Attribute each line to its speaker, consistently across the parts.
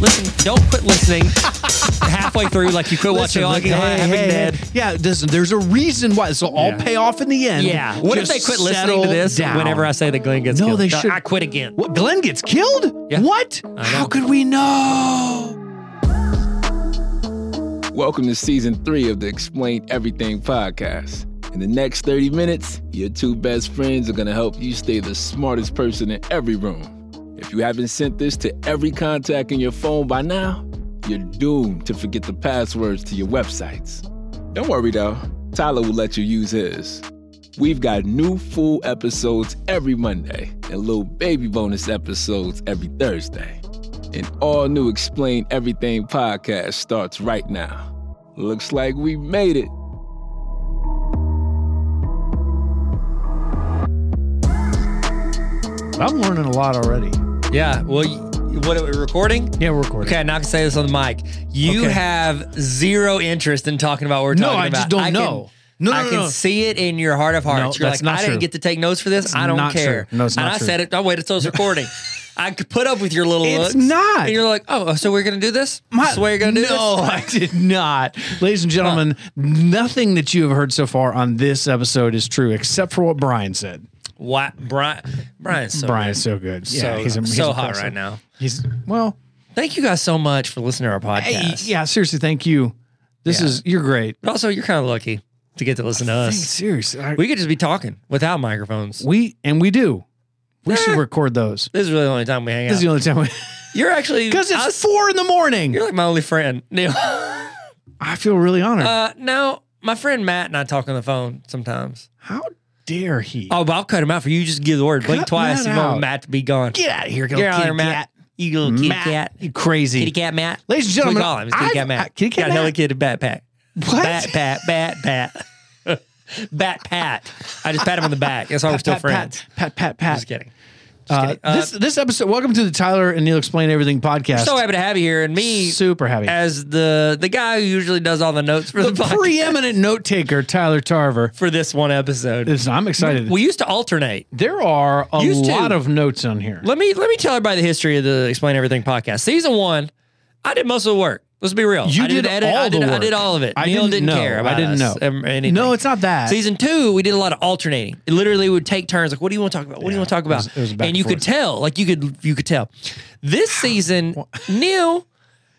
Speaker 1: Listen, don't quit listening halfway through like you quit watching all
Speaker 2: Listen,
Speaker 1: hey,
Speaker 2: look, hey,
Speaker 1: having
Speaker 2: hey,
Speaker 1: dead.
Speaker 2: hey. Yeah, this, there's a reason why. This will all
Speaker 3: Yeah.
Speaker 2: pay off in the end.
Speaker 1: Yeah. What
Speaker 2: Just
Speaker 1: if they quit listening
Speaker 2: settle
Speaker 1: to this
Speaker 2: down.
Speaker 1: whenever I say that Glenn gets
Speaker 2: No,
Speaker 1: killed?
Speaker 2: they should-
Speaker 1: I quit again.
Speaker 2: What? Glenn gets killed?
Speaker 1: Yeah.
Speaker 2: What?
Speaker 1: I
Speaker 2: How
Speaker 1: know.
Speaker 2: could we know?
Speaker 4: Welcome to season three of the Explain Everything podcast. In the next 30 minutes, your two best friends are going to help you stay the smartest person in every room. If you haven't sent this to every contact in your phone by now, you're doomed to forget the passwords to your websites. Don't worry though, Tyler will let you use his. We've got new full episodes every Monday and little baby bonus episodes every Thursday. An all new Explain Everything podcast starts right now. Looks like we made it.
Speaker 2: I'm learning a lot already.
Speaker 1: Yeah. Well, y- what are we recording?
Speaker 2: Yeah, we're recording.
Speaker 1: Okay, now I can say this on the mic. You
Speaker 2: Okay.
Speaker 1: have zero interest in talking about what we're
Speaker 2: No,
Speaker 1: talking
Speaker 2: I
Speaker 1: about.
Speaker 2: just don't
Speaker 1: can-
Speaker 2: know. No, no,
Speaker 1: I
Speaker 2: no,
Speaker 1: can
Speaker 2: no.
Speaker 1: see it in your heart of hearts.
Speaker 2: No,
Speaker 1: You're
Speaker 2: that's
Speaker 1: like,
Speaker 2: not
Speaker 1: I didn't
Speaker 2: true.
Speaker 1: get to take notes for this. I don't
Speaker 2: not
Speaker 1: care.
Speaker 2: true. No, it's
Speaker 1: and
Speaker 2: not
Speaker 1: I
Speaker 2: true.
Speaker 1: said it. I waited till it's recording. I could put up with your little looks.
Speaker 2: It's not.
Speaker 1: And you're like, oh, so we're gonna do this? this is the way you're gonna do
Speaker 2: no,
Speaker 1: this?
Speaker 2: I did not. Ladies and gentlemen, nothing that you have heard so far on this episode is true except for what Brian said.
Speaker 1: What Brian Brian's so
Speaker 2: Brian's so good. yeah,
Speaker 1: So-
Speaker 2: he's, a- he's
Speaker 1: so hot
Speaker 2: impressive.
Speaker 1: right now.
Speaker 2: He's well,
Speaker 1: Thank you guys so much for listening to our
Speaker 2: hey,
Speaker 1: podcast.
Speaker 2: yeah, seriously, thank you. This
Speaker 1: Yeah.
Speaker 2: is you're great.
Speaker 1: But also you're kinda lucky to get to listen to
Speaker 2: Thanks,
Speaker 1: us.
Speaker 2: seriously. I-
Speaker 1: We could just be talking without microphones.
Speaker 2: we and we do. We should
Speaker 1: Eh.
Speaker 2: record those.
Speaker 1: This is really the only time we hang
Speaker 2: This is
Speaker 1: out.
Speaker 2: the only time we
Speaker 1: You're actually
Speaker 2: because
Speaker 1: I-
Speaker 2: it's four in the morning.
Speaker 1: You're like my only friend, Neil.
Speaker 2: I feel really honored.
Speaker 1: uh, no, my friend Matt and I talk on the phone sometimes.
Speaker 2: How dare he?
Speaker 1: Oh, but I'll cut him out for you. You Just give the word. Blink
Speaker 2: Cut
Speaker 1: twice.
Speaker 2: Matt
Speaker 1: You want
Speaker 2: out.
Speaker 1: Matt to be gone.
Speaker 2: get out of here,
Speaker 1: Get out of
Speaker 2: kitty
Speaker 1: there, Matt.
Speaker 2: cat.
Speaker 1: You little kitty
Speaker 2: Matt,
Speaker 1: cat.
Speaker 2: you crazy.
Speaker 1: Kitty cat Matt.
Speaker 2: Ladies and
Speaker 1: That's what
Speaker 2: gentlemen,
Speaker 1: we call him. It's kitty
Speaker 2: I've-
Speaker 1: cat Matt.
Speaker 2: I- kitty cat
Speaker 1: Got a Hello
Speaker 2: Matt?
Speaker 1: Kitty backpack.
Speaker 2: What?
Speaker 1: Bat pat bat pat. bat pat. I just pat him on the back. That's why we're still
Speaker 2: pat,
Speaker 1: friends.
Speaker 2: Pat, pat, pat, pat.
Speaker 1: Just kidding.
Speaker 2: Uh,
Speaker 1: kidding. Uh,
Speaker 2: this this episode. Welcome to the Tyler and Neil Explain Everything podcast.
Speaker 1: So happy to have you here, and me
Speaker 2: Super happy.
Speaker 1: as the the guy who usually does all the notes for the,
Speaker 2: the
Speaker 1: podcast
Speaker 2: preeminent note taker, Tyler Tarver.
Speaker 1: for this one episode.
Speaker 2: Listen, I'm excited.
Speaker 1: We used to alternate.
Speaker 2: there are a
Speaker 1: Used to.
Speaker 2: lot of notes on here.
Speaker 1: Let me let me tell everybody the history of the Explain Everything podcast. Season one, I did most of the work. Let's be real.
Speaker 2: You
Speaker 1: I
Speaker 2: did
Speaker 1: edit,
Speaker 2: all
Speaker 1: I did,
Speaker 2: the
Speaker 1: I did
Speaker 2: work.
Speaker 1: all of it.
Speaker 2: I
Speaker 1: Neil
Speaker 2: didn't
Speaker 1: didn't,
Speaker 2: know.
Speaker 1: care
Speaker 2: I
Speaker 1: about
Speaker 2: didn't
Speaker 1: us
Speaker 2: know.
Speaker 1: or anything.
Speaker 2: No, it's not that.
Speaker 1: Season two, we did a lot of alternating. It literally would take turns. Like, what do you want to talk about? What do you want to talk
Speaker 2: it was-
Speaker 1: about?
Speaker 2: it was back
Speaker 1: and you
Speaker 2: and
Speaker 1: could
Speaker 2: forth.
Speaker 1: tell. Like you could you could tell. This season, Neil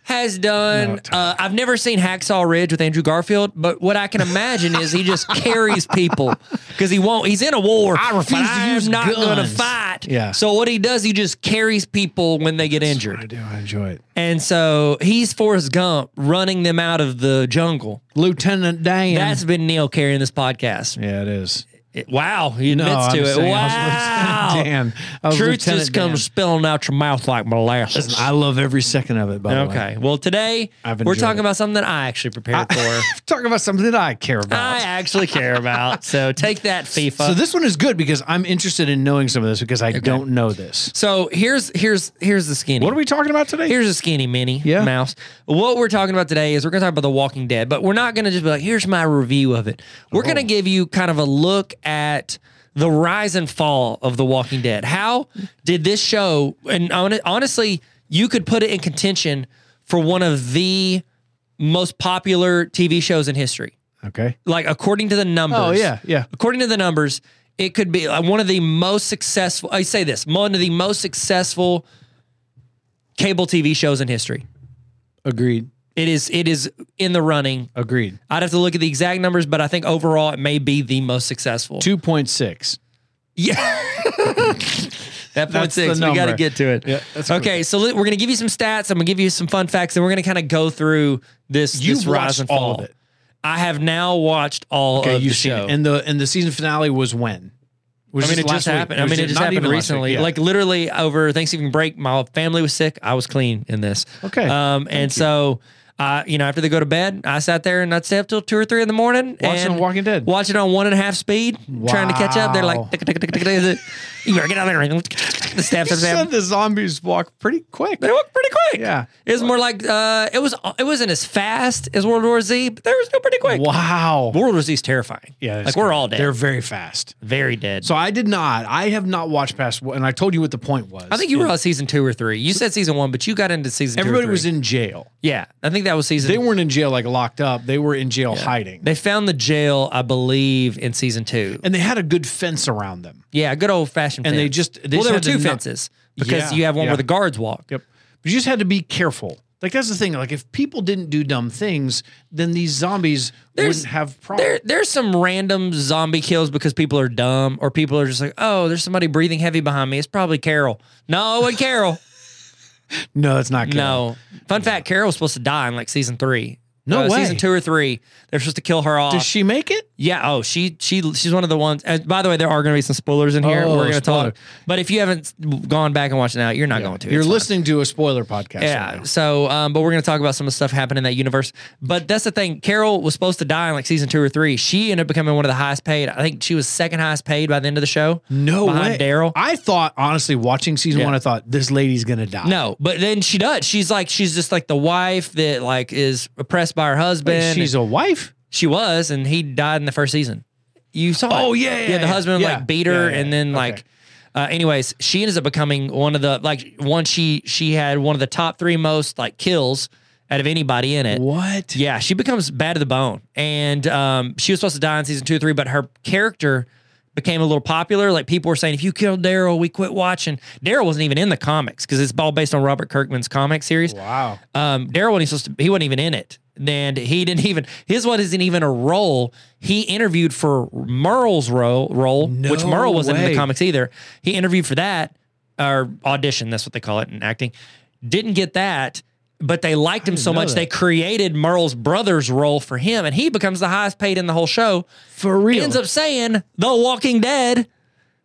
Speaker 1: has done. uh, I've never seen Hacksaw Ridge with Andrew Garfield, but what I can imagine is he just carries people because he won't. He's in a war.
Speaker 2: I refuse
Speaker 1: but
Speaker 2: to
Speaker 1: I am
Speaker 2: use
Speaker 1: not gonna
Speaker 2: guns.
Speaker 1: fight.
Speaker 2: Yeah.
Speaker 1: So what he does, he just carries people when they get
Speaker 2: I
Speaker 1: injured,
Speaker 2: do. I enjoy it.
Speaker 1: and so he's Forrest Gump running them out of the jungle.
Speaker 2: Lieutenant Dan.
Speaker 1: That's been Neil carrying this podcast.
Speaker 2: yeah, it is.
Speaker 1: It- wow, he
Speaker 2: No,
Speaker 1: admits
Speaker 2: I'm
Speaker 1: to it.
Speaker 2: saying I was
Speaker 1: Wow.
Speaker 2: Lieutenant Dan. I was
Speaker 1: Truth
Speaker 2: Lieutenant
Speaker 1: just comes
Speaker 2: Dan.
Speaker 1: spilling out your mouth like molasses.
Speaker 2: Listen, I love every second of it. By the way,
Speaker 1: okay. Well, today
Speaker 2: I've
Speaker 1: we're
Speaker 2: enjoyed
Speaker 1: talking
Speaker 2: it.
Speaker 1: about something that I actually prepared for.
Speaker 2: talking about something that I care
Speaker 1: I
Speaker 2: about.
Speaker 1: actually care about. So take that, FIFA.
Speaker 2: so this one is good because I'm interested in knowing some of this because I don't know this.
Speaker 1: So here's here's here's the skinny.
Speaker 2: What are we talking about today?
Speaker 1: Here's a skinny mini
Speaker 2: Yeah.
Speaker 1: mouse. What we're talking about today is we're going to talk about The Walking Dead, but we're not going to just be like, here's my review of it. We're
Speaker 2: Oh.
Speaker 1: going to give you kind of a look at the rise and fall of The Walking Dead. How did this show, and hon- honestly, you could put it in contention for one of the most popular TV shows in history.
Speaker 2: Okay.
Speaker 1: Like, according to the numbers.
Speaker 2: Oh yeah, yeah.
Speaker 1: According to the numbers, it could be uh, one of the most successful. I say this one of the most successful cable TV shows in history.
Speaker 2: Agreed.
Speaker 1: It is. It is in the running.
Speaker 2: Agreed.
Speaker 1: I'd have to look at the exact numbers, but I think overall it may be the most successful.
Speaker 2: Two point six.
Speaker 1: Yeah. That point
Speaker 2: That's
Speaker 1: six,
Speaker 2: the
Speaker 1: we got to
Speaker 2: number.
Speaker 1: get to it.
Speaker 2: Yeah, that's cool.
Speaker 1: okay, so li- we're gonna give you some stats. I'm gonna give you some fun facts, and we're gonna kind of go through this.
Speaker 2: You've
Speaker 1: this rise
Speaker 2: watched
Speaker 1: and fall.
Speaker 2: all of it.
Speaker 1: I have now watched all
Speaker 2: Okay,
Speaker 1: of
Speaker 2: you've
Speaker 1: the
Speaker 2: seen
Speaker 1: show.
Speaker 2: it. And the and the season finale was when? Was
Speaker 1: I mean, it just
Speaker 2: last week?
Speaker 1: happened. I
Speaker 2: Was
Speaker 1: mean, it just
Speaker 2: not
Speaker 1: happened
Speaker 2: even last week?
Speaker 1: recently.
Speaker 2: Yeah.
Speaker 1: Like literally over Thanksgiving break, my family was sick. I was clean in this.
Speaker 2: Okay.
Speaker 1: Um, and so, uh, you know, after they go to bed, I sat there and I'd stay up till two or three in the morning
Speaker 2: Watching
Speaker 1: and
Speaker 2: Walking Dead.
Speaker 1: watch it on one and a half speed, trying to catch up. They're like,
Speaker 2: Wow.
Speaker 1: "Tick, tick, tick, tick, tick," You better get out there and the stab,
Speaker 2: He
Speaker 1: stab, stab.
Speaker 2: said the zombies walk pretty quick.
Speaker 1: They walk pretty quick.
Speaker 2: Yeah.
Speaker 1: It was more like uh, it was. It wasn't as fast as World War Z, but they were still pretty quick.
Speaker 2: Wow.
Speaker 1: World War Z is terrifying.
Speaker 2: Yeah,
Speaker 1: like
Speaker 2: that's
Speaker 1: we're
Speaker 2: correct.
Speaker 1: all dead.
Speaker 2: They're
Speaker 1: They're
Speaker 2: very fast.
Speaker 1: very dead.
Speaker 2: So I did not. I have not watched past, and I told you what the point was.
Speaker 1: I think you were on season two or three. You said season one, but you got into season.
Speaker 2: everybody
Speaker 1: two or
Speaker 2: was
Speaker 1: three.
Speaker 2: in jail.
Speaker 1: Yeah, I think that was season.
Speaker 2: They weren't in jail like locked up. They were in jail hiding,
Speaker 1: They found the jail, I believe, in season two.
Speaker 2: and they had a good fence around them.
Speaker 1: Yeah, good old fashioned.
Speaker 2: And
Speaker 1: fence.
Speaker 2: they just- they
Speaker 1: well,
Speaker 2: just
Speaker 1: there were
Speaker 2: had to
Speaker 1: two
Speaker 2: not-
Speaker 1: fences because
Speaker 2: Yeah,
Speaker 1: you have one
Speaker 2: yeah.
Speaker 1: where the guards walk.
Speaker 2: Yep. But you just had to be careful. Like that's the thing. Like if people didn't do dumb things, then these zombies
Speaker 1: There's-
Speaker 2: wouldn't have
Speaker 1: There,
Speaker 2: problems.
Speaker 1: there's some random zombie kills because people are dumb or people are just like, oh, there's somebody breathing heavy behind me. It's probably Carol. No, it wasn't Carol.
Speaker 2: No, it's not. Carol.
Speaker 1: No. Fun fact: Carol was supposed to die in like season three. Uh,
Speaker 2: No way.
Speaker 1: Season two or three, they're supposed to kill her off.
Speaker 2: Does she make it?
Speaker 1: yeah. Oh, she she she's one of the ones. And by the way, there are going to be some spoilers in here.
Speaker 2: Oh,
Speaker 1: We're going to
Speaker 2: spoiler.
Speaker 1: talk. But if you haven't gone back and watched it now, you're not going to.
Speaker 2: You're
Speaker 1: It's fine.
Speaker 2: listening to a spoiler podcast. right
Speaker 1: Yeah.
Speaker 2: now.
Speaker 1: So, um, but we're going to talk about some of the stuff happening in that universe. But that's the thing. Carol was supposed to die in like season two or three. She ended up becoming one of the highest paid. I think she was second highest paid by the end of the show.
Speaker 2: No
Speaker 1: behind
Speaker 2: way.
Speaker 1: Daryl.
Speaker 2: I thought honestly, watching season
Speaker 1: Yeah.
Speaker 2: one, I thought this lady's gonna die.
Speaker 1: No, but then she does. She's like she's just like the wife that like is oppressed by her husband.
Speaker 2: Wait, she's a wife.
Speaker 1: she was, and he died in the first season. You saw?
Speaker 2: Oh,
Speaker 1: it.
Speaker 2: yeah, yeah,
Speaker 1: yeah. The
Speaker 2: yeah,
Speaker 1: husband
Speaker 2: yeah.
Speaker 1: like beat her,
Speaker 2: Yeah, yeah,
Speaker 1: and then
Speaker 2: yeah.
Speaker 1: like.
Speaker 2: Okay.
Speaker 1: Uh, anyways, she ends up becoming one of the like once she she had one of the top three most like kills out of anybody in it.
Speaker 2: What?
Speaker 1: Yeah, she becomes bad to the bone, and um, she was supposed to die in season two or three, but her character became a little popular. Like people were saying, if you killed Daryl, we quit watching. Daryl wasn't even in the comics because it's all based on Robert Kirkman's comic series.
Speaker 2: Wow.
Speaker 1: Um, Daryl wasn't supposed to. He wasn't even in it, and he didn't even his one isn't even a role. He interviewed for Merle's role, role which
Speaker 2: No
Speaker 1: Merle wasn't in
Speaker 2: way.
Speaker 1: the comics either. He interviewed for that or audition. That's what they call it in acting. Didn't get that. But they liked him so
Speaker 2: know
Speaker 1: much
Speaker 2: that.
Speaker 1: they created Merle's brother's role for him, and he becomes the highest paid in the whole show.
Speaker 2: For real.
Speaker 1: Ends up saying The Walking Dead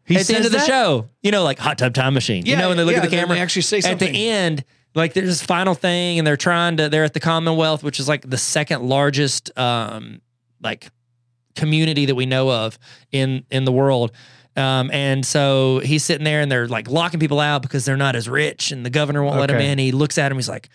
Speaker 2: he
Speaker 1: at the end
Speaker 2: says
Speaker 1: of the
Speaker 2: that?
Speaker 1: show. You know, like Hot Tub Time Machine.
Speaker 2: Yeah,
Speaker 1: you know, when they look
Speaker 2: yeah,
Speaker 1: at the
Speaker 2: then
Speaker 1: camera,
Speaker 2: they actually say
Speaker 1: At
Speaker 2: something.
Speaker 1: the end, like there's this final thing, and they're trying to. They're at the Commonwealth, which is like the second largest, um, like community that we know of in in the world. Um, and so he's sitting there, and they're like locking people out because they're not as rich, and the governor won't let him
Speaker 2: Okay.
Speaker 1: in. He looks at him, he's like,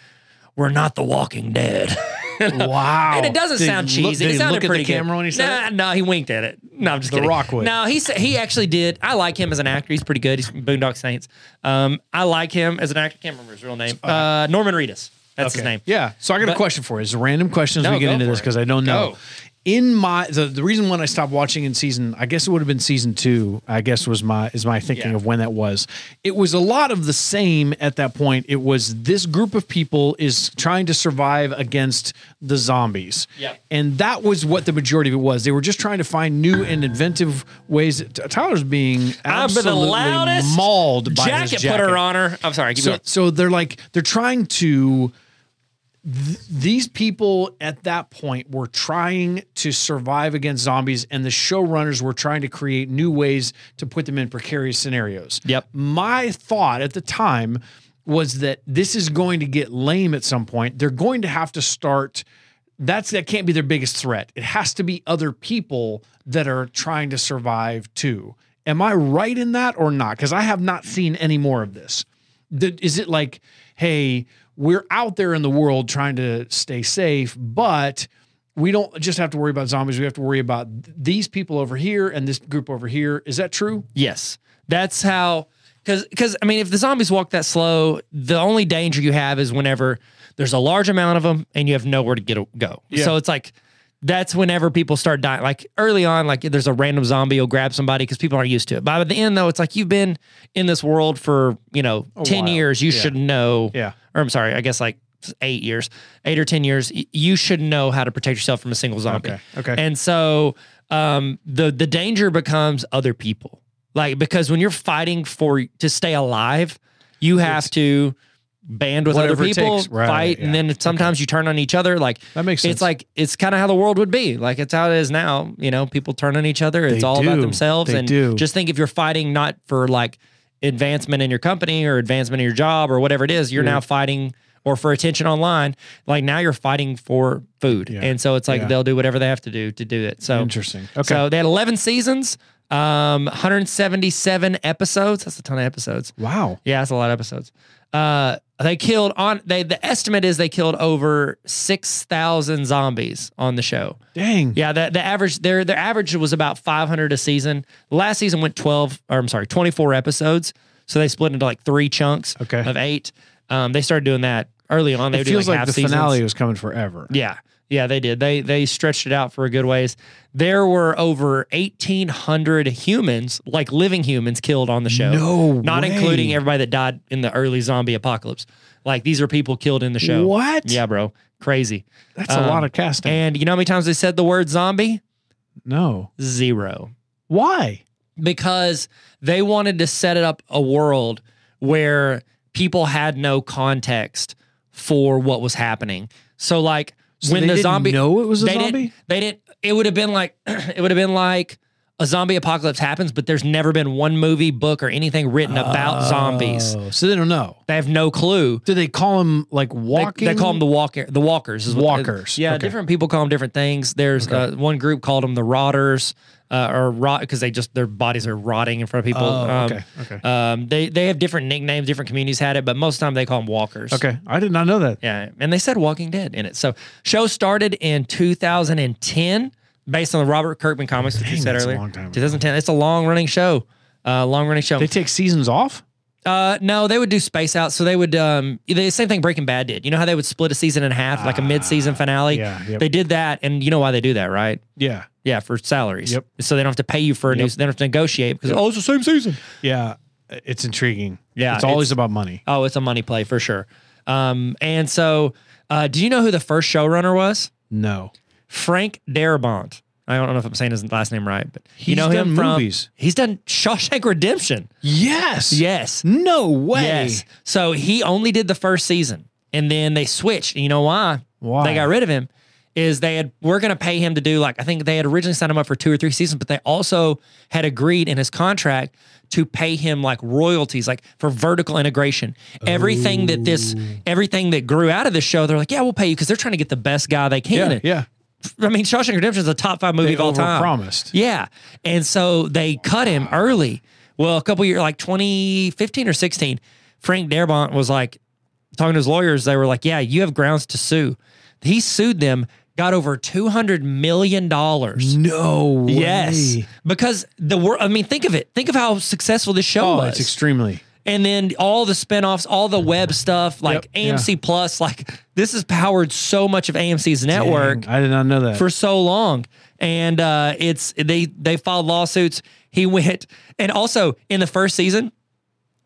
Speaker 1: "We're not the Walking Dead."
Speaker 2: Wow.
Speaker 1: And it doesn't
Speaker 2: Oh, Did he
Speaker 1: sound
Speaker 2: look-
Speaker 1: cheesy.
Speaker 2: did
Speaker 1: it
Speaker 2: he
Speaker 1: sounded
Speaker 2: look at
Speaker 1: pretty
Speaker 2: the camera
Speaker 1: good.
Speaker 2: when he said
Speaker 1: nah, No, he winked at it. No, I'm just
Speaker 2: The
Speaker 1: kidding.
Speaker 2: Rock would.
Speaker 1: No, he sa- he actually did. I like him as an actor. He's pretty good. He's from Boondock Saints. Um, I like him as an actor. Can't remember his real name. Uh, Norman Reedus. That's his name.
Speaker 2: Yeah. So I got a
Speaker 1: But-
Speaker 2: question for you. It's a random question as
Speaker 1: No,
Speaker 2: we get
Speaker 1: go
Speaker 2: into
Speaker 1: for
Speaker 2: this
Speaker 1: it.
Speaker 2: because I don't know.
Speaker 1: Go.
Speaker 2: In my the, the reason when I stopped watching in season, I guess it would have been season two. I guess was my is my thinking
Speaker 1: Yeah.
Speaker 2: of when that was. It was a lot of the same at that point. It was this group of people is trying to survive against the zombies.
Speaker 1: Yep.
Speaker 2: And that was what the majority of it was. They were just trying to find new and inventive ways. T- Tyler's being
Speaker 1: I've been the
Speaker 2: absolutely
Speaker 1: loudest
Speaker 2: mauled by
Speaker 1: jacket,
Speaker 2: his jacket.
Speaker 1: put her on her. I'm sorry. Keep
Speaker 2: So,
Speaker 1: going.
Speaker 2: so they're like they're trying to. th- these people at that point were trying to survive against zombies, and the showrunners were trying to create new ways to put them in precarious scenarios.
Speaker 1: Yep.
Speaker 2: My thought at the time was that this is going to get lame at some point. They're going to have to start. That's that can't be their biggest threat. It has to be other people that are trying to survive too. Am I right in that or not? Because I have not seen any more of this. The- Is it like, hey, we're out there in the world trying to stay safe, but we don't just have to worry about zombies. We have to worry about th- these people over here and this group over here. Is that true?
Speaker 1: Yes. That's how cuz cuz I mean if the zombies walk that slow, the only danger you have is whenever there's a large amount of them and you have nowhere to get go.
Speaker 2: Yeah.
Speaker 1: So it's like that's whenever people start dying. Like early on, like there's a random zombie will grab somebody because people aren't used to it. By the end, though, it's like you've been in this world for you know ten
Speaker 2: while.
Speaker 1: years. You
Speaker 2: Yeah.
Speaker 1: should know.
Speaker 2: Yeah.
Speaker 1: Or I'm sorry, I guess like eight years, eight or ten years. y- You should know how to protect yourself from a single zombie.
Speaker 2: Okay, okay.
Speaker 1: And so um, the the danger becomes other people. Like because when you're fighting for to stay alive, you have to band with other
Speaker 2: Whatever it
Speaker 1: people,
Speaker 2: takes. Right,
Speaker 1: fight, and
Speaker 2: yeah.
Speaker 1: then sometimes you turn on each other. Like
Speaker 2: That makes sense.
Speaker 1: It's like it's kind of how the world would be. Like it's how it is now. You know, people turn on each other. It's
Speaker 2: They
Speaker 1: all about
Speaker 2: do.
Speaker 1: themselves.
Speaker 2: They
Speaker 1: and
Speaker 2: do.
Speaker 1: just think if you're fighting not for like advancement in your company or advancement in your job or whatever it is, you're now fighting or for attention online. Like now you're fighting for food.
Speaker 2: Yeah.
Speaker 1: And so it's like
Speaker 2: Yeah.
Speaker 1: they'll do whatever they have to do to do it. So
Speaker 2: Interesting. Okay.
Speaker 1: So they had 11 seasons. Um, 177 episodes. That's a ton of episodes.
Speaker 2: Wow.
Speaker 1: Yeah, that's a lot of episodes. Uh, they killed on they. The estimate is they killed over six thousand zombies on the show.
Speaker 2: Dang.
Speaker 1: Yeah, the, the average their their average was about 500 a season. Last season went 12, or I'm sorry, 24 episodes. So they split into like three chunks
Speaker 2: Okay.
Speaker 1: of eight. Um, they started doing that early on. They
Speaker 2: It
Speaker 1: would do,
Speaker 2: feels like,
Speaker 1: half
Speaker 2: the
Speaker 1: seasons.
Speaker 2: finale was coming forever.
Speaker 1: Yeah, yeah, they did. They they stretched it out for a good ways. There were over 1,800 humans, like living humans, killed on the show.
Speaker 2: No
Speaker 1: not
Speaker 2: way.
Speaker 1: including everybody that died in the early zombie apocalypse. Like these are people killed in the show.
Speaker 2: What?
Speaker 1: Yeah, bro, crazy.
Speaker 2: That's a lot of casting.
Speaker 1: And you know how many times they said the word zombie?
Speaker 2: no.
Speaker 1: Zero.
Speaker 2: Why?
Speaker 1: because they wanted to set it up a world where people had no context for what was happening. So like
Speaker 2: So
Speaker 1: when
Speaker 2: they
Speaker 1: the
Speaker 2: didn't
Speaker 1: zombie
Speaker 2: know it was a
Speaker 1: they
Speaker 2: zombie.
Speaker 1: didn't they didn't it would have been like it would have been like a zombie apocalypse happens but there's never been one movie book or anything written about zombies.
Speaker 2: Oh, so they don't know.
Speaker 1: They have no clue.
Speaker 2: Do they call them like
Speaker 1: They,
Speaker 2: walking?
Speaker 1: they call them the walker the walkers is what- uh,
Speaker 2: Walkers.
Speaker 1: yeah,
Speaker 2: Okay.
Speaker 1: different people call them different things. There's uh, one group called them the rotters uh, or rot because they just their bodies are rotting in front of people.
Speaker 2: Oh,
Speaker 1: Um,
Speaker 2: okay. Okay.
Speaker 1: um, they they have different nicknames. Different communities had it, but most of the time they call them walkers.
Speaker 2: okay. I did not know that.
Speaker 1: Yeah, and they said Walking Dead in it. So show started in 2010, based on the Robert Kirkman comics that you
Speaker 2: Dang,
Speaker 1: said
Speaker 2: that's a
Speaker 1: earlier.
Speaker 2: long time ago.
Speaker 1: 2010. It's a long running show. Uh, long running show.
Speaker 2: They take seasons off.
Speaker 1: Uh, no, they would do space out. So they would um the same thing Breaking Bad did. You know how they would split a season in half, like a mid season finale.
Speaker 2: Ah, yeah, yep.
Speaker 1: They did that, and you know why they do that, right?
Speaker 2: Yeah.
Speaker 1: Yeah, for salaries.
Speaker 2: Yep.
Speaker 1: So they don't have to pay you for a new. They don't have to negotiate because oh, it's the same season.
Speaker 2: Yeah. It's intriguing.
Speaker 1: Yeah,
Speaker 2: It's always about money.
Speaker 1: Oh, it's a money play for sure. Um, and so, uh, do you know who the first showrunner was?
Speaker 2: No.
Speaker 1: Frank Darabont. I don't know if I'm saying his last name right, but you
Speaker 2: He's
Speaker 1: know him
Speaker 2: done
Speaker 1: from
Speaker 2: movies.
Speaker 1: he's done Shawshank Redemption.
Speaker 2: Yes.
Speaker 1: Yes,
Speaker 2: No way.
Speaker 1: yes. So he only did the first season, and then they switched. And you know why?
Speaker 2: Why?
Speaker 1: they got rid of him? Is they had we're going to pay him to do like I think they had originally signed him up for two or three seasons, but they also had agreed in his contract to pay him like royalties, like for vertical integration. Everything that this,
Speaker 2: Oh.
Speaker 1: everything that grew out of this show, they're like, yeah, we'll pay you because they're trying to get the best guy they can.
Speaker 2: Yeah. Yeah.
Speaker 1: I mean, Shawshank Redemption is a top five movie
Speaker 2: They
Speaker 1: of all time.
Speaker 2: overpromised.
Speaker 1: Yeah, and so they cut him early. Well, a couple years, like 2015 or 16, Frank Darabont was like talking to his lawyers. They were like, "Yeah, you have grounds to sue." He sued them, got over 200 million dollars.
Speaker 2: No. Way.
Speaker 1: Yes, because the world. I mean, think of it. Think of how successful this show
Speaker 2: Oh,
Speaker 1: was
Speaker 2: it's extremely.
Speaker 1: and then all the spin-offs, all the web stuff, like
Speaker 2: Yep.
Speaker 1: AMC Plus, like this has powered so much of AMC's network
Speaker 2: Dang, I did not know that.
Speaker 1: for so long. And uh, it's they they filed lawsuits. He went and also in the first season,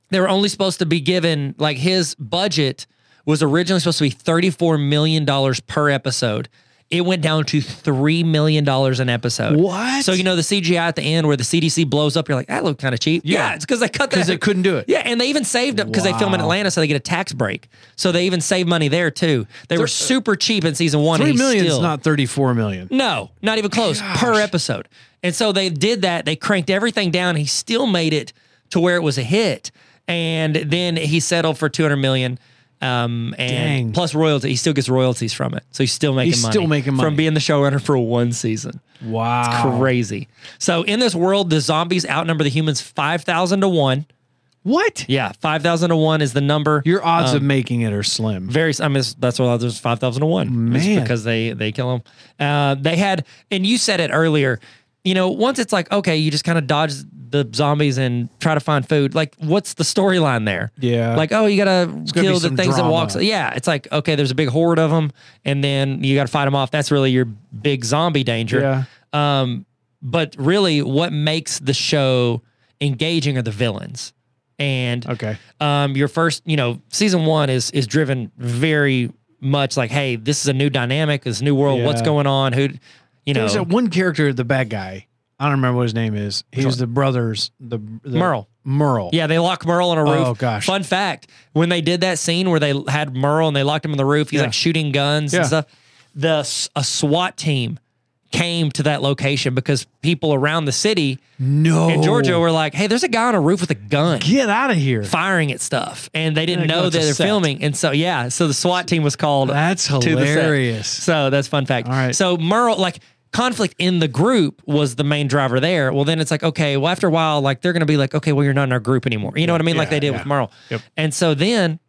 Speaker 1: they were only supposed to be given like his budget was originally supposed to be $34 million per episode. It went down to $3 million an episode.
Speaker 2: What?
Speaker 1: So, you know, the CGI at the end where the CDC blows up, you're like, that looked kind of cheap. Yeah,
Speaker 2: Yeah.
Speaker 1: it's because they cut that.
Speaker 2: because they couldn't do it.
Speaker 1: Yeah, and they even saved up because they film in
Speaker 2: Wow.
Speaker 1: Atlanta, so they get a tax break. So they even save money there too. They were super cheap in season one.
Speaker 2: Three
Speaker 1: and he
Speaker 2: million is
Speaker 1: still-
Speaker 2: not thirty-four million.
Speaker 1: No, not even close per episode. And so they did that. They cranked everything down. He still made it to where it was a hit, and then he settled for two hundred million. Um, and
Speaker 2: Dang.
Speaker 1: plus royalty, he still gets royalties from it. So he's still making
Speaker 2: He's
Speaker 1: money.
Speaker 2: still making money.
Speaker 1: from being the showrunner for one season.
Speaker 2: Wow.
Speaker 1: Crazy. So in this world, the zombies outnumber the humans five thousand to one.
Speaker 2: What?
Speaker 1: Yeah, five thousand to one is the number.
Speaker 2: Your odds
Speaker 1: Um,
Speaker 2: of making it are slim.
Speaker 1: Very, I mean, that's why there's five thousand to one. It's
Speaker 2: Man.
Speaker 1: because they they kill them. Uh, they had, and you said it earlier. You know, once it's like okay, you just kind of dodge the zombies and try to find food. Like, what's the storyline there?
Speaker 2: Yeah.
Speaker 1: Like, oh, you gotta
Speaker 2: gonna
Speaker 1: kill
Speaker 2: be
Speaker 1: the
Speaker 2: some
Speaker 1: things that
Speaker 2: drama.
Speaker 1: walks. Yeah, it's like okay, there's a big horde of them, and then you gotta fight them off. That's really your big zombie danger.
Speaker 2: Yeah.
Speaker 1: Um, but really, what makes the show engaging are the villains. And
Speaker 2: Okay.
Speaker 1: um, your first, you know, season one is is driven very much like, hey, this is a new dynamic, this new world, what's
Speaker 2: Yeah.
Speaker 1: going on? Who, you know,
Speaker 2: There's that one character, the bad guy. I don't remember what his name is. He was the brothers, the, the
Speaker 1: Merle.
Speaker 2: Merle.
Speaker 1: Yeah, they lock Merle on a roof.
Speaker 2: Oh, gosh.
Speaker 1: Fun fact: when they did that scene where they had Merle and they locked him on the roof, he's
Speaker 2: Yeah.
Speaker 1: like shooting guns
Speaker 2: Yeah.
Speaker 1: and stuff. The s- a SWAT team came to that location because people around the city
Speaker 2: No.
Speaker 1: in Georgia were like, "Hey, there's a guy on a roof with a gun."
Speaker 2: Get out of here.
Speaker 1: Firing at stuff, and they didn't
Speaker 2: Yeah,
Speaker 1: know
Speaker 2: it's a
Speaker 1: that they're
Speaker 2: set.
Speaker 1: filming, and so yeah, so the SWAT team was called
Speaker 2: That's
Speaker 1: to the set.
Speaker 2: hilarious.
Speaker 1: So that's fun fact.
Speaker 2: All right.
Speaker 1: So Merle, like conflict in the group was the main driver there. Well, then it's like, okay, well, after a while, like they're going to be like, okay, well, you're not in our group anymore. You know what I mean? like
Speaker 2: Yeah,
Speaker 1: they did
Speaker 2: yeah.
Speaker 1: with Merle.
Speaker 2: Yep.
Speaker 1: And so then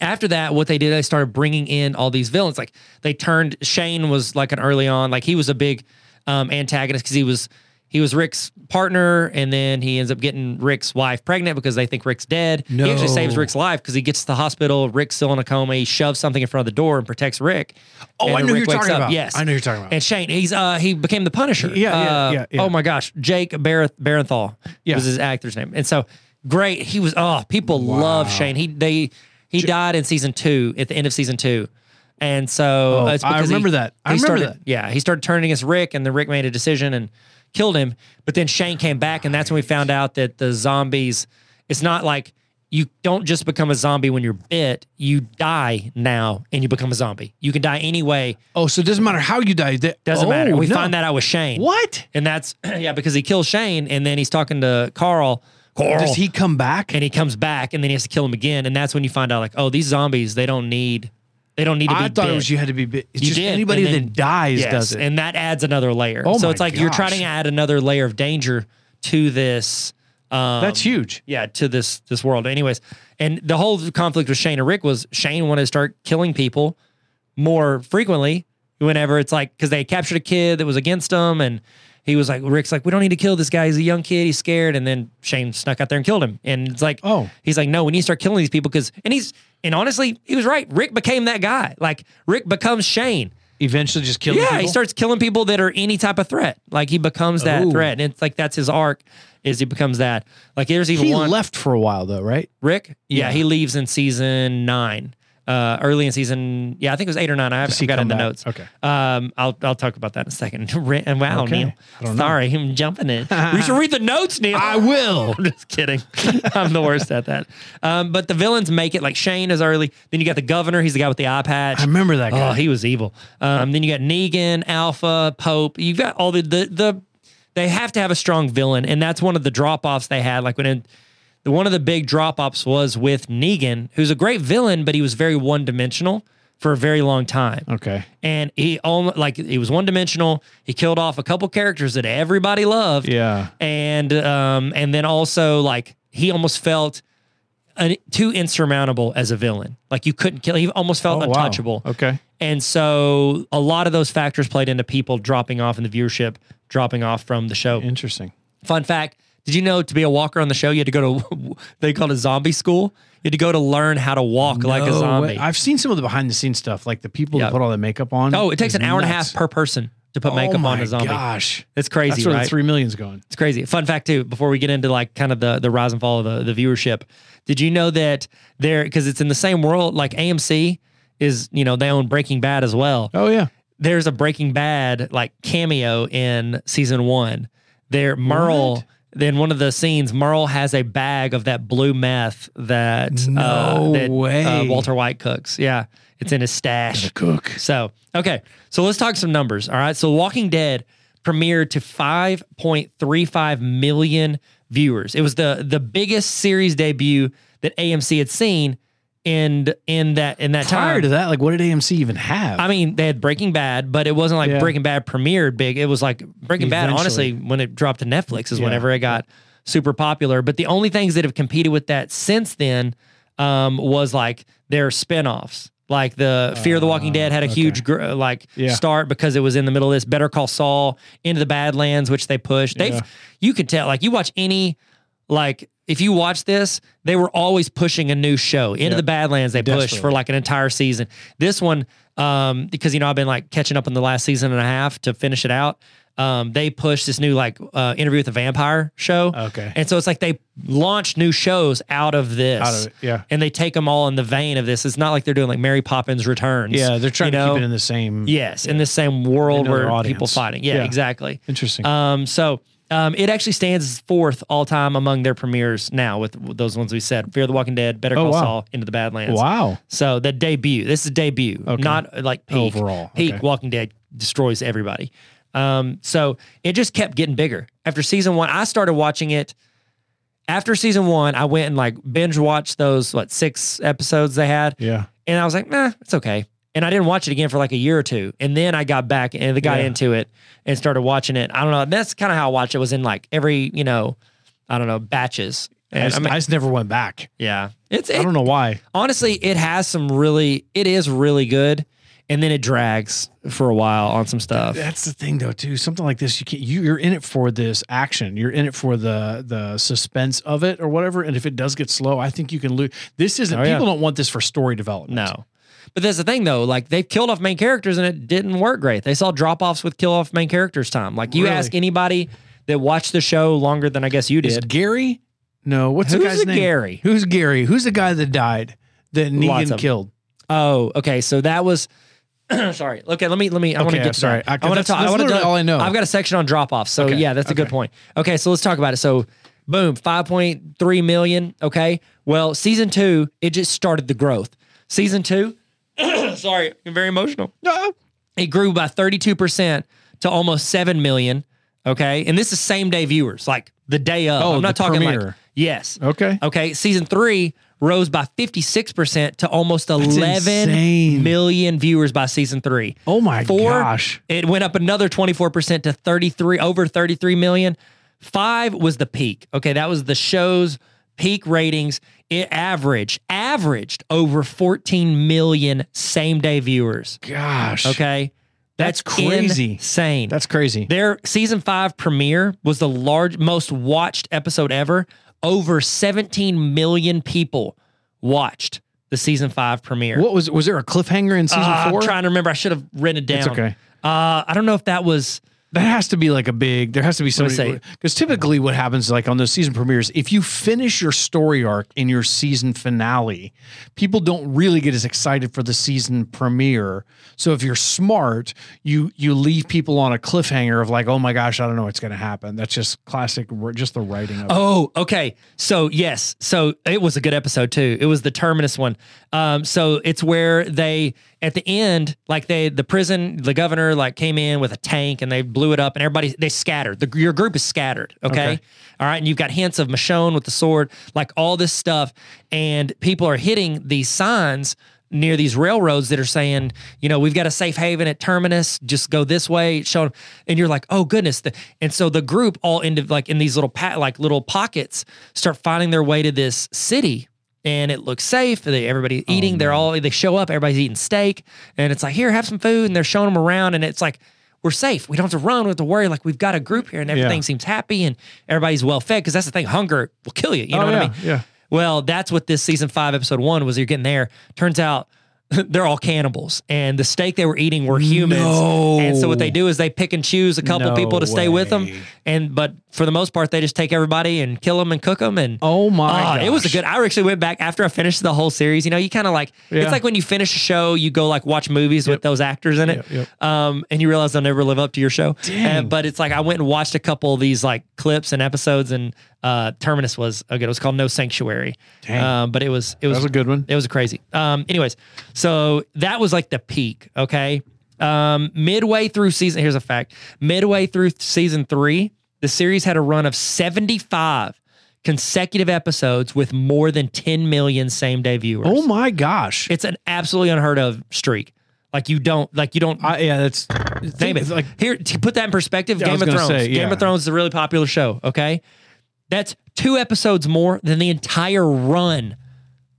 Speaker 1: after that, what they did, they started bringing in all these villains. Like they turned Shane was like an early on, like he was a big um, antagonist because he was he was Rick's partner, and then he ends up getting Rick's wife pregnant because they think Rick's dead. He actually
Speaker 2: No.
Speaker 1: saves Rick's life because he gets to the hospital. Rick's still in a coma. He shoves something in front of the door and protects Rick.
Speaker 2: Oh,
Speaker 1: And
Speaker 2: I know
Speaker 1: Rick
Speaker 2: who you're
Speaker 1: wakes
Speaker 2: talking
Speaker 1: up.
Speaker 2: about.
Speaker 1: Yes,
Speaker 2: I know who you're talking about.
Speaker 1: And Shane, he's uh he became the Punisher.
Speaker 2: Yeah, yeah,
Speaker 1: Uh,
Speaker 2: yeah, yeah.
Speaker 1: Oh my gosh, Jake Bar- Barenthal
Speaker 2: Yeah.
Speaker 1: was his actor's name, and so great. He was oh people love Shane. He they he died in season two at the end of season two, and so
Speaker 2: Oh,
Speaker 1: it's
Speaker 2: I
Speaker 1: because he-
Speaker 2: remember that. I
Speaker 1: he
Speaker 2: remember
Speaker 1: started-
Speaker 2: that.
Speaker 1: Yeah, he started turning against Rick, and then Rick made a decision and killed him. But then Shane came back, and that's when we found out that the zombies. It's not like you don't just become a zombie when you're bit. You die now, and you become a zombie. You can die anyway.
Speaker 2: Oh, so it doesn't matter how you die. That,
Speaker 1: Doesn't
Speaker 2: oh,
Speaker 1: matter. We
Speaker 2: no.
Speaker 1: find that out with Shane.
Speaker 2: What?
Speaker 1: And that's yeah, because he kills Shane, and then he's talking to Carl. Carl.
Speaker 2: Does he come back?
Speaker 1: and he comes back, and then he has to kill him again, and that's when you find out like, oh, these zombies, they don't need, they don't need to be.
Speaker 2: I thought it
Speaker 1: dead.
Speaker 2: was you had to be. bit- It's
Speaker 1: You
Speaker 2: just
Speaker 1: did,
Speaker 2: anybody
Speaker 1: and then-
Speaker 2: that dies
Speaker 1: Yes,
Speaker 2: does it.
Speaker 1: and that adds another layer.
Speaker 2: Oh
Speaker 1: so
Speaker 2: my
Speaker 1: it's like you're trying
Speaker 2: gosh.
Speaker 1: to add another layer of danger to this. Um,
Speaker 2: That's huge.
Speaker 1: yeah, to this this world. Anyways, and the whole conflict with Shane and Rick was Shane wanted to start killing people more frequently whenever it's like because they captured a kid that was against him and he was like Rick's like we don't need to kill this guy he's a young kid he's scared and then Shane snuck out there and killed him and it's like
Speaker 2: Oh.
Speaker 1: he's like no we need to start killing these people because and he's and honestly he was right Rick became that guy like Rick becomes Shane
Speaker 2: Eventually, just killing.
Speaker 1: yeah, he
Speaker 2: people?
Speaker 1: starts killing people that are any type of threat. Like he becomes that
Speaker 2: Ooh.
Speaker 1: threat, and it's like that's his arc is he becomes that. Like there's even
Speaker 2: He
Speaker 1: one
Speaker 2: left for a while though, right?
Speaker 1: Rick. Yeah.
Speaker 2: Yeah.
Speaker 1: he leaves in season nine. Uh, early in season, yeah, I think it was eight or nine. I haven't
Speaker 2: Does he
Speaker 1: got in
Speaker 2: come
Speaker 1: the
Speaker 2: back?
Speaker 1: notes.
Speaker 2: Okay.
Speaker 1: um, I'll I'll talk about that in a second. Ri- and wow,
Speaker 2: Okay. I
Speaker 1: Neil,
Speaker 2: don't know.
Speaker 1: sorry, him jumping in. we should read the notes, Neil.
Speaker 2: I will.
Speaker 1: I'm just kidding. I'm the worst at that. Um, but the villains make it like Shane is early. Then you got the governor. He's the guy with the eye patch.
Speaker 2: I remember that guy.
Speaker 1: Oh, he was evil. Um, then you got Negan, Alpha, Pope. You've got all the the the. They have to have a strong villain, and that's one of the drop offs they had. Like when it, the one of the big drop offs was with Negan, who's a great villain, but he was very one dimensional for a very long time.
Speaker 2: okay.
Speaker 1: And he almost like he was one dimensional. He killed off a couple characters that everybody loved
Speaker 2: Yeah.
Speaker 1: and um and then also like he almost felt an, too insurmountable as a villain like you couldn't kill he almost felt
Speaker 2: Oh, wow.
Speaker 1: untouchable
Speaker 2: Okay.
Speaker 1: and so a lot of those factors played into people dropping off in the viewership dropping off from the show
Speaker 2: Interesting.
Speaker 1: fun fact did you know to be a walker on the show you had to go to they called a zombie school you had to go to learn how to walk like a
Speaker 2: No
Speaker 1: zombie
Speaker 2: way. I've seen some of the behind the scenes stuff, like the people
Speaker 1: Yeah.
Speaker 2: that put all the makeup on.
Speaker 1: oh it takes an
Speaker 2: It's
Speaker 1: hour and a
Speaker 2: nuts.
Speaker 1: half per person to put
Speaker 2: Oh
Speaker 1: makeup on
Speaker 2: my
Speaker 1: a zombie
Speaker 2: Gosh,
Speaker 1: it's crazy
Speaker 2: that's where
Speaker 1: right?
Speaker 2: the three million's going.
Speaker 1: It's crazy. Fun fact too, before we get into like kind of the the rise and fall of the, the viewership, did you know that there because it's in the same world, like AMC is, you know, they own Breaking Bad as well.
Speaker 2: Oh yeah.
Speaker 1: There's a Breaking Bad like cameo in season one. There Merle
Speaker 2: What?
Speaker 1: then one of the scenes, Merle has a bag of that blue meth that, uh,
Speaker 2: No
Speaker 1: that uh,
Speaker 2: way.
Speaker 1: Walter White cooks. Yeah. It's in his stash.
Speaker 2: Cook.
Speaker 1: So, okay. So let's talk some numbers. All right. So Walking Dead premiered to 5.35 million viewers. It was the the biggest series debut that AMC had seen in in that in that
Speaker 2: Prior
Speaker 1: time.
Speaker 2: to that, like, what did AMC even have?
Speaker 1: I mean, they had Breaking Bad, but it wasn't like
Speaker 2: Yeah.
Speaker 1: Breaking Bad premiered big. It was like Breaking Bad, honestly,
Speaker 2: Eventually.
Speaker 1: when it dropped to Netflix is
Speaker 2: Yeah.
Speaker 1: whenever it got super popular. But the only things that have competed with that since then um, was like their spinoffs. Like the Fear of the Walking Dead had a huge gr- uh, like
Speaker 2: Ah, Yeah.
Speaker 1: start because it was in the middle of this. Better Call Saul, Into the Badlands, which they pushed. They,
Speaker 2: Yeah.
Speaker 1: have you could tell like you watch any like if you watch this, they were always pushing a new show. Into the Badlands, they pushed
Speaker 2: Desperately.
Speaker 1: for like an entire season. This one, um, because you know I've been like catching up on the last season and a half to finish it out. Um, they pushed this new like uh, interview with the vampire show.
Speaker 2: Okay.
Speaker 1: and so it's like they launch new shows out of this.
Speaker 2: Out of it, yeah.
Speaker 1: and they take them all in the vein of this. It's not like they're doing like Mary Poppins Returns.
Speaker 2: yeah, they're trying
Speaker 1: you
Speaker 2: to
Speaker 1: know?
Speaker 2: keep it in the same.
Speaker 1: Yes, in the same world
Speaker 2: Another
Speaker 1: where
Speaker 2: audience.
Speaker 1: people fighting. Yeah,
Speaker 2: Yeah.
Speaker 1: exactly.
Speaker 2: Interesting.
Speaker 1: Um, so um, it actually stands fourth all time among their premieres now with, with those ones we said: Fear the Walking Dead, Better Call
Speaker 2: Oh, wow.
Speaker 1: Saul, Into the Badlands.
Speaker 2: wow.
Speaker 1: So the debut. This is debut, not uh, like peak.
Speaker 2: Overall,
Speaker 1: peak
Speaker 2: okay.
Speaker 1: Walking Dead destroys everybody. Um, so it just kept getting bigger after season one. I started watching it after season one. I went and like binge watched those what six episodes they had.
Speaker 2: Yeah.
Speaker 1: And I was like, nah, it's okay. And I didn't watch it again for like a year or two. And then I got back and got
Speaker 2: Yeah.
Speaker 1: into it and started watching it. I don't know. That's kind of how I watched it was in like every, you know, I don't know, batches.
Speaker 2: I
Speaker 1: And, I
Speaker 2: just,
Speaker 1: mean,
Speaker 2: I just never went back.
Speaker 1: yeah. It's
Speaker 2: I
Speaker 1: it,
Speaker 2: don't know why.
Speaker 1: honestly, it has some really it is really good. And then it drags for a while on some stuff.
Speaker 2: That's the thing, though, too. Something like this, you can't. You, you're in it for this action. You're in it for the the suspense of it or whatever. And if it does get slow, I think you can lose. This isn't.
Speaker 1: Oh, yeah.
Speaker 2: people don't want this for story development.
Speaker 1: No. But that's the thing though, like they've killed off main characters and it didn't work great. They saw drop offs with kill off main characters time. Like you
Speaker 2: Really?
Speaker 1: ask anybody that watched the show longer than I guess you
Speaker 2: Is
Speaker 1: did.
Speaker 2: Gary? No. What's the
Speaker 1: Who's
Speaker 2: guy's
Speaker 1: the
Speaker 2: name?
Speaker 1: Gary?
Speaker 2: Who's Gary? Who's the guy that died that
Speaker 1: Lots
Speaker 2: Negan
Speaker 1: of-
Speaker 2: killed?
Speaker 1: Oh, okay. So that was sorry. Okay, let me let me I want to
Speaker 2: Okay,
Speaker 1: get
Speaker 2: I'm
Speaker 1: to
Speaker 2: sorry.
Speaker 1: that.
Speaker 2: I-
Speaker 1: I want to
Speaker 2: that's-
Speaker 1: talk I
Speaker 2: that's
Speaker 1: want to
Speaker 2: literally all I know.
Speaker 1: I've got a section on drop offs. So
Speaker 2: Okay,
Speaker 1: yeah, that's a good
Speaker 2: okay.
Speaker 1: point. Okay, so let's talk about it. So boom, 5.3 million, okay? Well, season 2, it just started the growth. Season 2 Sorry, I'm very emotional.
Speaker 2: No.
Speaker 1: it grew by 32% to almost 7 million. Okay. And this is same day viewers, like the day of.
Speaker 2: Oh,
Speaker 1: I'm not
Speaker 2: the
Speaker 1: talking like,
Speaker 2: premiere.
Speaker 1: yes.
Speaker 2: Okay.
Speaker 1: Okay. Season three rose by 56% to almost 11
Speaker 2: insane.
Speaker 1: million viewers by season three.
Speaker 2: Oh my
Speaker 1: Four,
Speaker 2: gosh.
Speaker 1: It went up another 24% to 33, over 33 million. Five was the peak. Okay. That was the show's peak ratings. It averaged, averaged over 14 million same day viewers.
Speaker 2: Gosh.
Speaker 1: Okay.
Speaker 2: That's crazy.
Speaker 1: Insane.
Speaker 2: That's crazy.
Speaker 1: their season five premiere was the large most watched episode ever. Over 17 million people watched the season five premiere.
Speaker 2: What was was there a cliffhanger in season
Speaker 1: Ah,
Speaker 2: four?
Speaker 1: I'm trying to remember. I should have written it down.
Speaker 2: That's okay.
Speaker 1: Uh, I don't know if that was
Speaker 2: That has to be like a big. There has to be
Speaker 1: me
Speaker 2: somebody because typically what happens like on those season premieres, if you finish your story arc in your season finale, people don't really get as excited for the season premiere. So if you're smart, you you leave people on a cliffhanger of like, oh my gosh, I don't know what's going to happen. That's just classic. wr- Just the writing of. it.
Speaker 1: Oh, okay. So yes, so it was a good episode too. It was the terminus one. Um, so it's where they at the end, like they the prison, the governor like came in with a tank and they blew it up and everybody they scattered. The, your group is scattered. Okay?
Speaker 2: Okay.
Speaker 1: all right. And you've got hints of Michonne with the sword, like all this stuff, and people are hitting these signs. Near these railroads that are saying, you know, we've got a safe haven at Terminus. Just go this way. Show 'em." and you're like, oh goodness. The- and so the group all into like in these little pat like little pockets start finding their way to this city and it looks safe. They, everybody eating. they're all they show up. Everybody's eating steak, and it's like here, have some food. And they're showing them around, and it's like we're safe. We don't have to run. We don't have to worry. Like we've got a group here, and everything seems happy, and everybody's well fed. Because that's the thing, hunger will kill you. You know
Speaker 2: Oh,
Speaker 1: what
Speaker 2: yeah,
Speaker 1: I mean?
Speaker 2: yeah.
Speaker 1: Well, that's what this season five, episode one was. You're getting there. Turns out. They're all cannibals, and the steak they were eating were humans. And so what they do is they pick and choose a couple
Speaker 2: No
Speaker 1: people to stay with them,
Speaker 2: way.
Speaker 1: and but for the most part, they just take everybody and kill them and cook them. And
Speaker 2: Oh my!
Speaker 1: Ah, it was a
Speaker 2: gosh.
Speaker 1: good. I actually went back after I finished the whole series. You know, you kind of like
Speaker 2: Yeah.
Speaker 1: it's like when you finish a show, you go like watch movies with those actors in it,
Speaker 2: Yep, yep.
Speaker 1: um, and you realize they'll never live up to your show. Uh, but it's like I went and watched a couple of these like clips and episodes, and uh, Terminus was okay. It was called No Sanctuary,
Speaker 2: Dang.
Speaker 1: Um, but it was it was,
Speaker 2: was a good one.
Speaker 1: It was crazy. Um, anyways, so that was like the peak. Okay, um, midway through season, here's a fact: midway through season three, the series had a run of seventy five consecutive episodes with more than 10 million same day viewers.
Speaker 2: Oh my gosh!
Speaker 1: It's an absolutely unheard of streak. Like you don't like you don't
Speaker 2: I, yeah, that's
Speaker 1: name it.
Speaker 2: Like
Speaker 1: Like here to put that in perspective,
Speaker 2: I
Speaker 1: Game
Speaker 2: was
Speaker 1: of
Speaker 2: gonna
Speaker 1: Thrones.
Speaker 2: say,
Speaker 1: Game
Speaker 2: yeah.
Speaker 1: of Thrones is a really popular show, okay? That's two episodes more than the entire run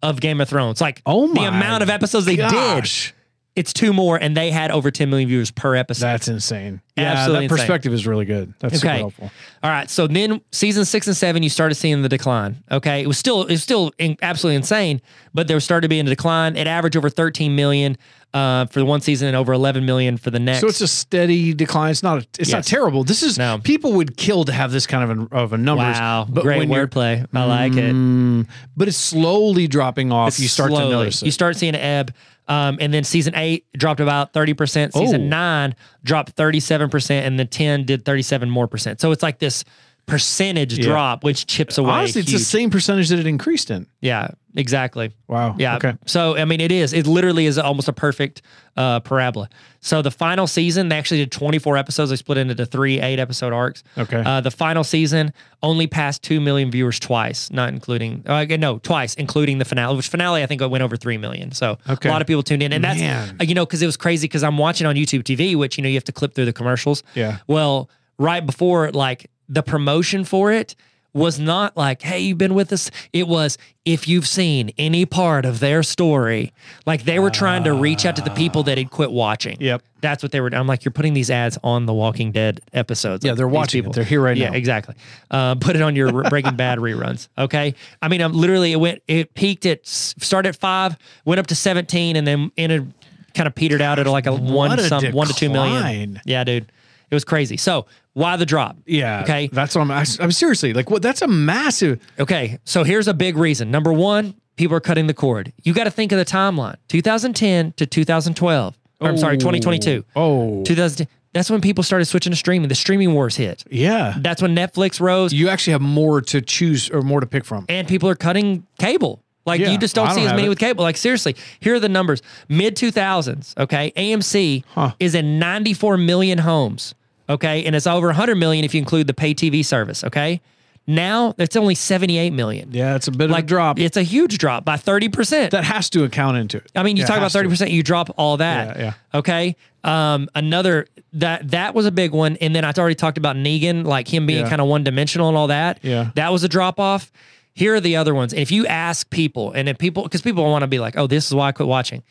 Speaker 1: of Game of Thrones. Like
Speaker 2: Oh my
Speaker 1: the amount of episodes they did,
Speaker 2: gosh.
Speaker 1: it's two more and they had over 10 million viewers per episode.
Speaker 2: That's insane.
Speaker 1: Absolutely
Speaker 2: yeah, that
Speaker 1: insane.
Speaker 2: perspective is really good. That's super
Speaker 1: Okay.
Speaker 2: helpful.
Speaker 1: All right. So then season six and seven, you started seeing the decline. Okay. It was still it was still in, absolutely insane, but there started to be a decline. It averaged over 13 million uh, for the one season and over 11 million for the next.
Speaker 2: So it's a steady decline. It's not. A, it's not
Speaker 1: Yes.
Speaker 2: terrible. This is
Speaker 1: No.
Speaker 2: people would kill to have this kind of a, of a numbers.
Speaker 1: wow. Great
Speaker 2: when you're-
Speaker 1: wordplay. I like it.
Speaker 2: Mm, but it's slowly dropping off.
Speaker 1: It's
Speaker 2: you start
Speaker 1: slowly.
Speaker 2: to notice. It.
Speaker 1: You start seeing an ebb. Um, and then season eight dropped about 30%. Season
Speaker 2: Oh.
Speaker 1: nine dropped 37%, and the 10 did 37 more percent. So it's like this percentage drop, which chips away.
Speaker 2: Honestly, it's the
Speaker 1: huge.
Speaker 2: same percentage that it increased in.
Speaker 1: yeah. Exactly.
Speaker 2: Wow.
Speaker 1: Yeah.
Speaker 2: Okay.
Speaker 1: So I mean, it is. It literally is almost a perfect uh, parabola. So the final season, they actually did 24 episodes. They split it into three eight episode arcs.
Speaker 2: Okay.
Speaker 1: Uh, the final season only passed two million viewers twice, not including. Uh, no, twice, including the finale. Which finale I think went over three million. So
Speaker 2: Okay.
Speaker 1: a lot of people tuned in, and that's
Speaker 2: Man.
Speaker 1: uh, you know because it was crazy because I'm watching on YouTube TV, which you know you have to clip through the commercials.
Speaker 2: Yeah.
Speaker 1: Well, right before like the promotion for it was not like, hey, you've been with us. It was if you've seen any part of their story, like they were trying to reach out to the people that had quit watching.
Speaker 2: Yep.
Speaker 1: That's what they were. I'm like, you're putting these ads on the Walking Dead episodes.
Speaker 2: Yeah,
Speaker 1: Like,
Speaker 2: they're
Speaker 1: these
Speaker 2: watching it. They're here right
Speaker 1: yeah,
Speaker 2: now.
Speaker 1: exactly. Uh, put it on your Breaking Bad reruns. Okay. I mean, I'm literally it went. It peaked at s- started at five, went up to 17, and then ended kind of petered out at like a one
Speaker 2: what a
Speaker 1: some one to two million.
Speaker 2: decline.
Speaker 1: Yeah, dude, it was crazy. So why the drop?
Speaker 2: Yeah.
Speaker 1: Okay.
Speaker 2: That's what I'm. I, am i am seriously like what? That's a massive.
Speaker 1: Okay, so here's a big reason. Number one, people are cutting the cord. You got to think of the timeline 2010 to 2012. Or, I'm sorry, 2022.
Speaker 2: Oh.
Speaker 1: 2010. That's when people started switching to streaming. The streaming wars hit.
Speaker 2: Yeah.
Speaker 1: That's when Netflix rose
Speaker 2: You actually have more to choose or more to pick from.
Speaker 1: and people are cutting cable. Like
Speaker 2: Yeah,
Speaker 1: you just don't
Speaker 2: I
Speaker 1: see
Speaker 2: don't
Speaker 1: as
Speaker 2: have
Speaker 1: many
Speaker 2: it.
Speaker 1: with cable. Like seriously, here are the numbers. Mid 2000s, okay? AMC is in 94 million homes, okay? And it's over 100 million if you include the pay TV service, okay? Now it's only 78 million.
Speaker 2: Yeah, it's a bit of a drop.
Speaker 1: It's a huge drop by 30%.
Speaker 2: that has to account into it.
Speaker 1: I mean, you
Speaker 2: Yeah, it
Speaker 1: talk about
Speaker 2: has to.
Speaker 1: thirty percent, you drop all that.
Speaker 2: Yeah,
Speaker 1: Okay. Um, another that that was a big one, and then I already talked about Negan, like him being
Speaker 2: Yeah.
Speaker 1: kind of one dimensional and all that.
Speaker 2: Yeah.
Speaker 1: that was a drop off. Here are the other ones, and if you ask people, and if people, because people want to be like, oh, this is why I quit watching.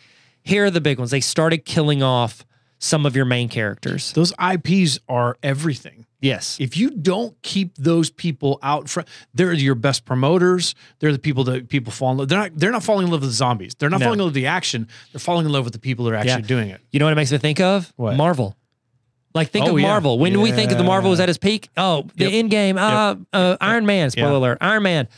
Speaker 1: Here are the big ones. They started killing off some of your main characters.
Speaker 2: Those IPs are everything.
Speaker 1: Yes.
Speaker 2: If you don't keep those people out front, they're your best promoters. They're the people that people fall in love. They're not. They're not falling in love with the zombies. They're not
Speaker 1: No.
Speaker 2: falling in love with the action. They're falling in love with the people that are actually
Speaker 1: Yeah.
Speaker 2: doing it.
Speaker 1: You know what it makes me think of?
Speaker 2: What?
Speaker 1: Marvel. Like think
Speaker 2: Oh,
Speaker 1: of
Speaker 2: yeah.
Speaker 1: Marvel. When we think of the Marvel was at its peak, oh, the end game, uh, uh, Iron Man, spoiler
Speaker 2: Yeah.
Speaker 1: alert, Iron Man,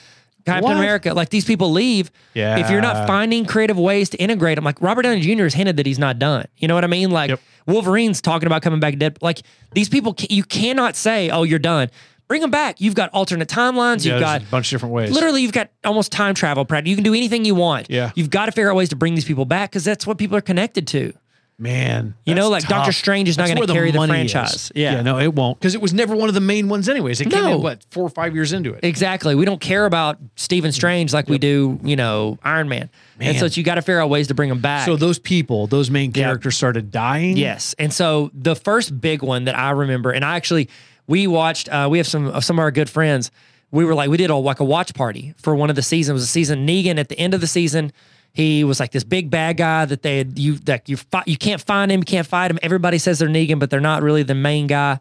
Speaker 1: Captain
Speaker 2: What?
Speaker 1: America. Like these people leave. If you're
Speaker 2: Yeah.
Speaker 1: not finding creative ways to integrate them, like Robert Downey Jr. has hinted that he's not done. You know what I mean? Like
Speaker 2: Yep.
Speaker 1: Wolverine's talking about coming back dead. Like these people, ca- you cannot say, oh, you're done. Bring them back. You've got alternate timelines.
Speaker 2: Yeah,
Speaker 1: You've
Speaker 2: there's
Speaker 1: got
Speaker 2: a bunch of different ways.
Speaker 1: Literally, you've got almost time travel. Pratt. You can do anything you want.
Speaker 2: Yeah.
Speaker 1: You've got to figure out ways to bring these people back because that's what people are connected to.
Speaker 2: Man,
Speaker 1: You know,
Speaker 2: that's
Speaker 1: like, Doctor
Speaker 2: tough.
Speaker 1: Strange is not
Speaker 2: That's
Speaker 1: gonna
Speaker 2: where
Speaker 1: carry the
Speaker 2: money
Speaker 1: franchise.
Speaker 2: is.
Speaker 1: Yeah.
Speaker 2: no, it won't because it was never one of the main ones, anyways. It came
Speaker 1: No.
Speaker 2: in what four or five years into it.
Speaker 1: Exactly. We don't care about
Speaker 2: Mm.
Speaker 1: Stephen Strange like we do, you know, Iron Man. And so it's- you got to figure out ways to bring them back.
Speaker 2: so those people, those main characters, started dying.
Speaker 1: Yes, and so the first big one that I remember, and I actually we watched. Uh, we have some uh, some of our good friends. We were like we did a like a watch party for one of the seasons. It was a season Negan at the end of the season. He was like this big bad guy that they had you that you fi- you can't find him, you can't fight him. Everybody says they're Negan, but they're not really the main guy.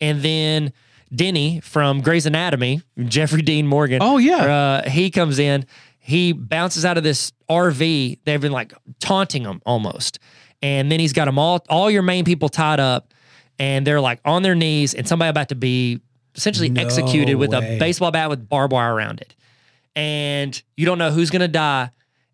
Speaker 1: And then Denny from Grey's Anatomy, Jeffrey Dean Morgan.
Speaker 2: Oh, yeah.
Speaker 1: uh, he comes in. He bounces out of this RV. They've been like taunting him almost, and then he's got them all all your main people tied up, and they're like on their knees, and somebody about to be essentially executed with a
Speaker 2: way.
Speaker 1: baseball bat with barbed wire around it, and you don't know who's gonna die,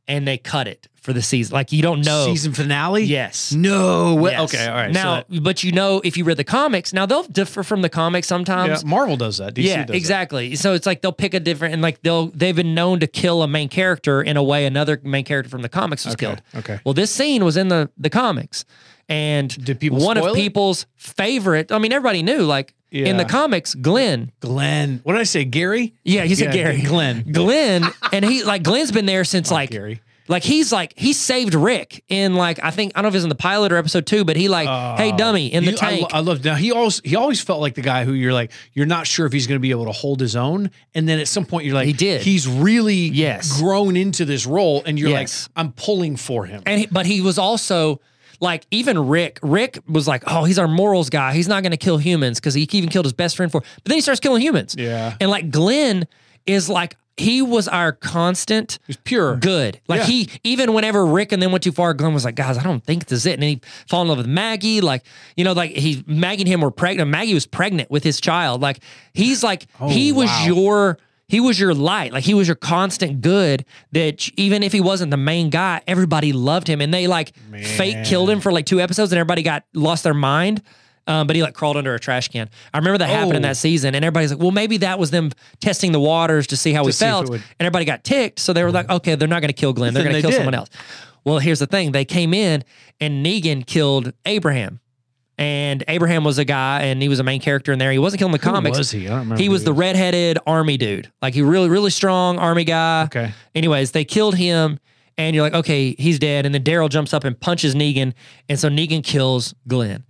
Speaker 1: and they cut it for the season. Like you don't know.
Speaker 2: season finale.
Speaker 1: Yes.
Speaker 2: No. Way.
Speaker 1: Yes.
Speaker 2: Okay. All right. so
Speaker 1: Now,
Speaker 2: that-
Speaker 1: but you know, if you read the comics, now they'll differ from the comics sometimes.
Speaker 2: yeah, Marvel does that. DC
Speaker 1: um, Yeah,
Speaker 2: does that.
Speaker 1: exactly. So it's like they'll pick a different and like they'll they've been known to kill a main character in a way another main character from the comics was killed.
Speaker 2: okay.
Speaker 1: Well, this scene was in the the comics, and
Speaker 2: Did people
Speaker 1: one of
Speaker 2: spoil it?
Speaker 1: people's favorite. I mean, everybody knew like in the
Speaker 2: Yeah.
Speaker 1: comics, Glenn.
Speaker 2: Glenn. What did I say? Gary.
Speaker 1: Yeah, he said
Speaker 2: Yeah,
Speaker 1: Gary.
Speaker 2: Glenn.
Speaker 1: Glenn, and he like Glenn's been there since like
Speaker 2: Gary.
Speaker 1: like he's like he saved Rick in like I think I don't know if it's in the pilot or episode two, but he like hey dummy in the
Speaker 2: Oh, You- I
Speaker 1: tank.
Speaker 2: lo- I, love. Now he always he always felt like the guy who you're like you're not sure if he's going to be able to hold his own, and then at some point you're like
Speaker 1: He did.
Speaker 2: He's really
Speaker 1: Yes.
Speaker 2: grown into this role, and you're
Speaker 1: Yes.
Speaker 2: like I'm pulling for him.
Speaker 1: and he, but he was also like even Rick. Rick was like, oh, he's our morals guy. He's not going to kill humans because he even killed his best friend for. But then he starts killing humans.
Speaker 2: Yeah.
Speaker 1: And like Glenn is like he was our constant.
Speaker 2: He's pure.
Speaker 1: Good. Like
Speaker 2: Yeah.
Speaker 1: he even whenever Rick and then went too far, Glenn was like, guys, I don't think this is it. And he fell in love with Maggie. Like, you know, like he Maggie and him were pregnant. Maggie was pregnant with his child. Like he's like he was
Speaker 2: Oh, wow.
Speaker 1: your he was your light. Like he was your constant good that even if he wasn't the main guy, everybody loved him. And they like fake killed him for like two episodes and everybody got lost their mind. Um, but he like crawled under a trash can. I remember that happened in
Speaker 2: Oh.
Speaker 1: that season, and everybody's like, "Well, maybe that was them testing the waters to see how we
Speaker 2: see if
Speaker 1: felt."
Speaker 2: it
Speaker 1: And
Speaker 2: would- Uh-huh.
Speaker 1: everybody got ticked, so they were like, "Okay, they're not going to kill Glenn. They're
Speaker 2: Then
Speaker 1: going to
Speaker 2: they
Speaker 1: kill
Speaker 2: did.
Speaker 1: someone else." Well, here's the thing: they came in, and Negan killed Abraham. And Abraham was a guy, and he was a main character in there. He wasn't killing the comics.
Speaker 2: was he? I don't remember
Speaker 1: He
Speaker 2: who
Speaker 1: was
Speaker 2: he
Speaker 1: the redheaded army dude. Like he really, really strong army guy.
Speaker 2: Okay.
Speaker 1: Anyways, they killed him, and you're like, okay, he's dead. And then Daryl jumps up and punches Negan, and so Negan kills Glenn,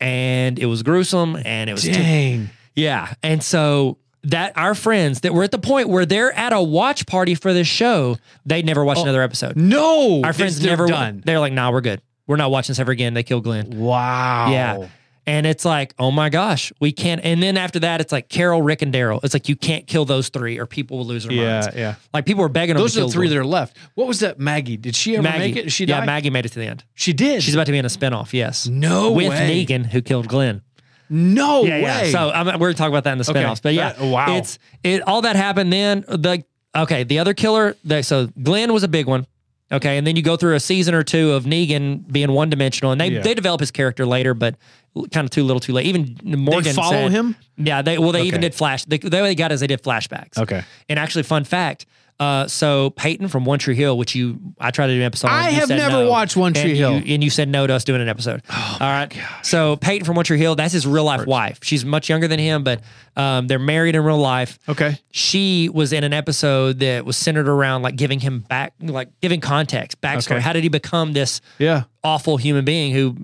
Speaker 1: and it was gruesome, and it was too-
Speaker 2: Dang.
Speaker 1: yeah. And so that our friends that were at the point where they're at a watch party for this show, they never watched another episode.
Speaker 2: No.
Speaker 1: Our
Speaker 2: it's-
Speaker 1: friends
Speaker 2: Oh, they're
Speaker 1: never
Speaker 2: done.
Speaker 1: They're like, nah, we're good. We're not watching this ever again. They kill Glenn.
Speaker 2: Wow.
Speaker 1: Yeah. And it's like, oh my gosh, we can't. And then after that, it's like Carol, Rick, and Daryl. It's like you can't kill those three, or people will lose their minds.
Speaker 2: Yeah. Yeah.
Speaker 1: Like people were begging them.
Speaker 2: Those
Speaker 1: to
Speaker 2: are the
Speaker 1: kill
Speaker 2: three
Speaker 1: Glenn.
Speaker 2: that are left. What was that Maggie? Did she ever
Speaker 1: Maggie,
Speaker 2: make it? Did she
Speaker 1: yeah,
Speaker 2: died?
Speaker 1: Maggie made it to the end.
Speaker 2: She did.
Speaker 1: She's about to be in a spinoff. Yes,
Speaker 2: no
Speaker 1: with
Speaker 2: way.
Speaker 1: Negan who killed Glenn.
Speaker 2: No way.
Speaker 1: So I'm, we're talking about that in the
Speaker 2: Okay.
Speaker 1: spinoffs. But yeah,
Speaker 2: That- wow.
Speaker 1: It's it all that happened then. The okay, the other killer. The, so Glenn was a big one. Okay, and then you go through a season or two of Negan being one dimensional, and they
Speaker 2: Yeah.
Speaker 1: they develop his character later, but kind of too little, too late. Even Morgan
Speaker 2: they follow
Speaker 1: said-
Speaker 2: him.
Speaker 1: Yeah, they well they even
Speaker 2: Okay.
Speaker 1: did flash. They, the way they got is they did flashbacks.
Speaker 2: Okay.
Speaker 1: And actually, fun fact. Uh, so Peyton from One Tree Hill, which you I tried to do an episode. on,
Speaker 2: I
Speaker 1: you
Speaker 2: have
Speaker 1: said
Speaker 2: never
Speaker 1: no,
Speaker 2: watched One
Speaker 1: and
Speaker 2: Tree
Speaker 1: you-
Speaker 2: Hill.
Speaker 1: and you said no to us doing an episode. All right. So Peyton from One Tree Hill, that's his real life wife. She's much younger than him, but um, they're married in real life.
Speaker 2: Okay.
Speaker 1: She was in an episode that was centered around like giving him back, like giving context, backstory.
Speaker 2: Okay.
Speaker 1: How did he become this
Speaker 2: Yeah.
Speaker 1: awful human being who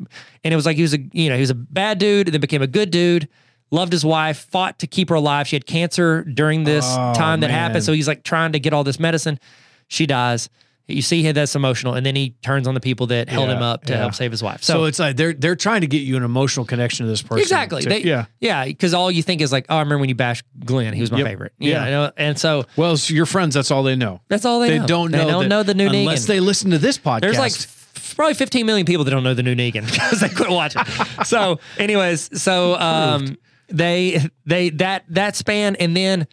Speaker 1: and it was like he was a you know he was a bad dude and then became a good dude loved his wife fought to keep her alive she had cancer during this
Speaker 2: Oh,
Speaker 1: time that
Speaker 2: man.
Speaker 1: happened so he's like trying to get all this medicine she dies you see he that's emotional and then he turns on the people that held
Speaker 2: Yeah,
Speaker 1: him up to
Speaker 2: yeah.
Speaker 1: help save his wife
Speaker 2: So,
Speaker 1: so,
Speaker 2: it's like they're they're trying to get you an emotional connection to this person.
Speaker 1: exactly
Speaker 2: to-
Speaker 1: they,
Speaker 2: yeah.
Speaker 1: yeah yeah because all you think is like oh i remember when you bashed glenn he was my
Speaker 2: Yep.
Speaker 1: favorite You
Speaker 2: Yeah.
Speaker 1: know, and so
Speaker 2: Well, so your friends, that's all they know.
Speaker 1: that's all they,
Speaker 2: They
Speaker 1: know
Speaker 2: don't know.
Speaker 1: they don't
Speaker 2: that-
Speaker 1: know the new
Speaker 2: unless
Speaker 1: Negan.
Speaker 2: they listen to this podcast.
Speaker 1: There's like f- probably 15 million people that don't know the new Negan because they quit watching. so, anyways, so um, they they that that span and then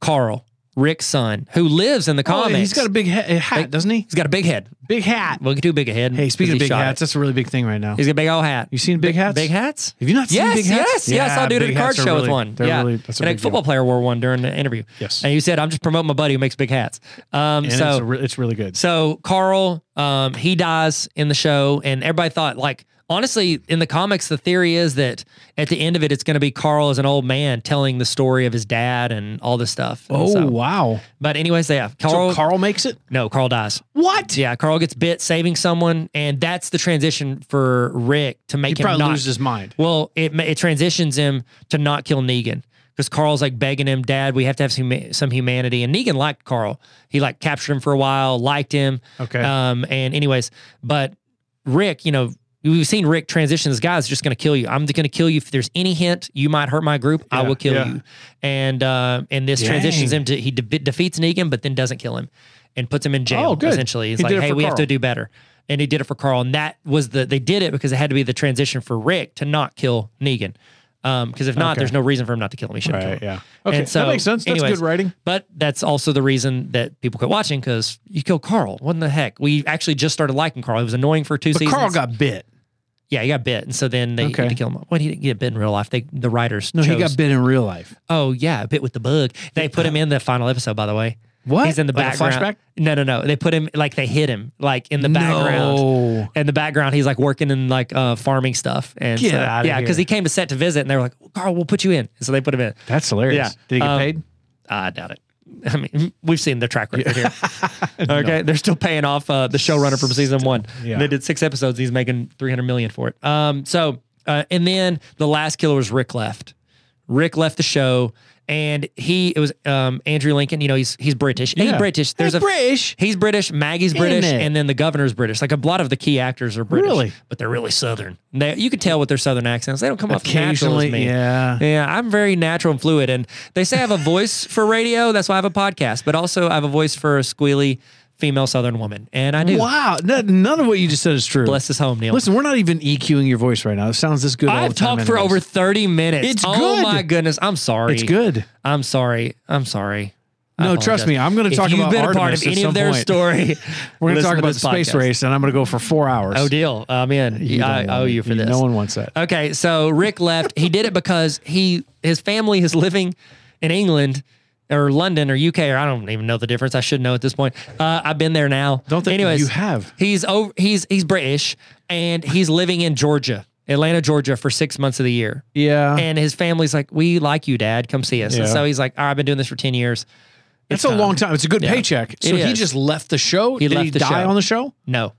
Speaker 1: Carl Rick's son who lives in the
Speaker 2: Oh,
Speaker 1: comics.
Speaker 2: he's got a big he- a hat, doesn't he?
Speaker 1: he's got a big head.
Speaker 2: Big hat.
Speaker 1: Well, too big a head.
Speaker 2: Hey,
Speaker 1: 'cause
Speaker 2: speaking
Speaker 1: he
Speaker 2: of big
Speaker 1: shot it.
Speaker 2: hats, that's a really big thing right now.
Speaker 1: he's got a big old hat.
Speaker 2: You seen big hats?
Speaker 1: Big hats?
Speaker 2: Have you not seen
Speaker 1: yes,
Speaker 2: big hats?
Speaker 1: yes, yes.
Speaker 2: Yeah,
Speaker 1: I'll do it at a
Speaker 2: big
Speaker 1: card
Speaker 2: hats are
Speaker 1: show with
Speaker 2: really-
Speaker 1: one.
Speaker 2: they're
Speaker 1: yeah,
Speaker 2: really- that's a
Speaker 1: and a
Speaker 2: big
Speaker 1: football
Speaker 2: deal.
Speaker 1: player wore one during the interview.
Speaker 2: Yes.
Speaker 1: and you said I'm just promoting my buddy who makes big hats. Um,
Speaker 2: And
Speaker 1: so
Speaker 2: it's, a re- it's really good.
Speaker 1: so Carl, um, he dies in the show, and everybody thought like honestly in the comics, the theory is that at the end of it, it's going to be Carl as an old man telling the story of his dad and all this stuff. And
Speaker 2: Oh
Speaker 1: so-
Speaker 2: wow!
Speaker 1: but anyways, yeah, Carl.
Speaker 2: So Carl makes it.
Speaker 1: no, Carl dies.
Speaker 2: What?
Speaker 1: Yeah, Carl gets bit saving someone, and that's the transition for Rick to make
Speaker 2: He
Speaker 1: him
Speaker 2: probably
Speaker 1: not
Speaker 2: loses his mind.
Speaker 1: well, it ma- it transitions him to not kill Negan because Carl's like begging him, Dad, we have to have some, huma- some humanity. And Negan liked Carl. He like captured him for a while, liked him.
Speaker 2: Okay.
Speaker 1: Um, and anyways, but Rick, you know, we've seen Rick transition this guy's just going to kill you. I'm going to kill you. If there's any hint you might hurt my group, I
Speaker 2: Yeah,
Speaker 1: will kill
Speaker 2: yeah.
Speaker 1: you. And uh, and this transitions
Speaker 2: Dang.
Speaker 1: him to he de- defeats Negan, but then doesn't kill him and puts him in jail.
Speaker 2: Oh, good.
Speaker 1: Essentially, he's
Speaker 2: He
Speaker 1: like,
Speaker 2: did it
Speaker 1: hey,
Speaker 2: for
Speaker 1: we have to
Speaker 2: Carl.
Speaker 1: do better. And he did it for Carl, and that was the they did it because it had to be the transition for Rick to not kill Negan. Because if not,
Speaker 2: Okay.
Speaker 1: there's no reason for him not to kill him. He should have
Speaker 2: Right.
Speaker 1: killed him.
Speaker 2: Yeah. Okay.
Speaker 1: And so,
Speaker 2: that makes sense. That's
Speaker 1: anyways,
Speaker 2: good writing.
Speaker 1: But that's also the reason that people quit watching because you killed Carl. What in the heck? We actually just started liking Carl. It was annoying for two
Speaker 2: But
Speaker 1: seasons.
Speaker 2: Carl got bit.
Speaker 1: yeah, he got bit, and so then they
Speaker 2: Okay.
Speaker 1: had to kill him. Well, he didn't get bit in real life. They the writers.
Speaker 2: No, he
Speaker 1: chose-
Speaker 2: got bit in real life.
Speaker 1: Oh yeah, bit with the bug. They put him in the final episode, by the way.
Speaker 2: What?
Speaker 1: He's in the
Speaker 2: Like a
Speaker 1: background.
Speaker 2: flashback?
Speaker 1: No, no, no. They put him like they hid him like in the background.
Speaker 2: No.
Speaker 1: In the background, he's like working in like uh, farming stuff. And
Speaker 2: Get
Speaker 1: so-
Speaker 2: outta
Speaker 1: yeah, because
Speaker 2: here.
Speaker 1: he came to set to visit, and they were like, "Carl, we'll put you in." So they put him in.
Speaker 2: That's hilarious.
Speaker 1: Yeah.
Speaker 2: Did he get
Speaker 1: Um,
Speaker 2: paid?
Speaker 1: I doubt it. I mean, we've seen their track record here. Okay, they're still paying off uh, the showrunner from season one.
Speaker 2: Yeah.
Speaker 1: They did six episodes. He's making three hundred million for it. Um, so uh, and then the last killer was Rick left. Rick left the show, and he it was um, Andrew Lincoln. You know, he's he's British. He's
Speaker 2: Yeah.
Speaker 1: British. There's
Speaker 2: Hey,
Speaker 1: a
Speaker 2: British.
Speaker 1: He's British. Maggie's British,
Speaker 2: it?
Speaker 1: and then the governor's British. Like a lot of the key actors are British,
Speaker 2: Really?
Speaker 1: but they're really Southern. They, you can tell with their Southern accents. They don't come off natural as
Speaker 2: Occasionally,
Speaker 1: me.
Speaker 2: yeah.
Speaker 1: Yeah, I'm very natural and fluid. And they say I have a voice for radio. That's why I have a podcast, but also I have a voice for a squealy female Southern woman. And I do.
Speaker 2: Wow. No- none of what you just said is true.
Speaker 1: Bless his home, Neil.
Speaker 2: Listen, we're not even EQing your voice right now. It sounds this good. all
Speaker 1: I've
Speaker 2: the time
Speaker 1: talked for
Speaker 2: anyways.
Speaker 1: over 30 minutes.
Speaker 2: It's
Speaker 1: oh
Speaker 2: good.
Speaker 1: my goodness. I'm sorry.
Speaker 2: It's good.
Speaker 1: I'm sorry. I'm sorry. I
Speaker 2: No, trust
Speaker 1: apologize.
Speaker 2: me, I'm gonna
Speaker 1: If
Speaker 2: talk
Speaker 1: you've
Speaker 2: about
Speaker 1: been a part
Speaker 2: Artemis
Speaker 1: of
Speaker 2: at
Speaker 1: any
Speaker 2: some
Speaker 1: of their
Speaker 2: point.
Speaker 1: story.
Speaker 2: We're going to
Speaker 1: listen
Speaker 2: talk
Speaker 1: to
Speaker 2: about the
Speaker 1: this
Speaker 2: space
Speaker 1: podcast.
Speaker 2: race, and I'm going to go for four hours.
Speaker 1: Oh, deal. I'm in.
Speaker 2: You
Speaker 1: I
Speaker 2: don't
Speaker 1: owe
Speaker 2: want
Speaker 1: you
Speaker 2: it.
Speaker 1: for this.
Speaker 2: No one wants that.
Speaker 1: Okay, so Rick left. He did it because he his family is living in England or London or UK or I don't even know the difference. I should know at this point. Uh, I've been there now.
Speaker 2: Don't think
Speaker 1: Anyways,
Speaker 2: you have.
Speaker 1: He's over. He's he's British and he's living in Georgia, Atlanta, Georgia, for six months of the year.
Speaker 2: Yeah.
Speaker 1: And his family's like, "We like you, Dad. Come see us." And
Speaker 2: Yeah.
Speaker 1: so he's like, "All right, I've been doing this for ten years.
Speaker 2: That's a long time. It's a good paycheck. So he
Speaker 1: is.
Speaker 2: just left the show.
Speaker 1: He
Speaker 2: Did
Speaker 1: left
Speaker 2: he
Speaker 1: the
Speaker 2: die
Speaker 1: show.
Speaker 2: on the show?
Speaker 1: No,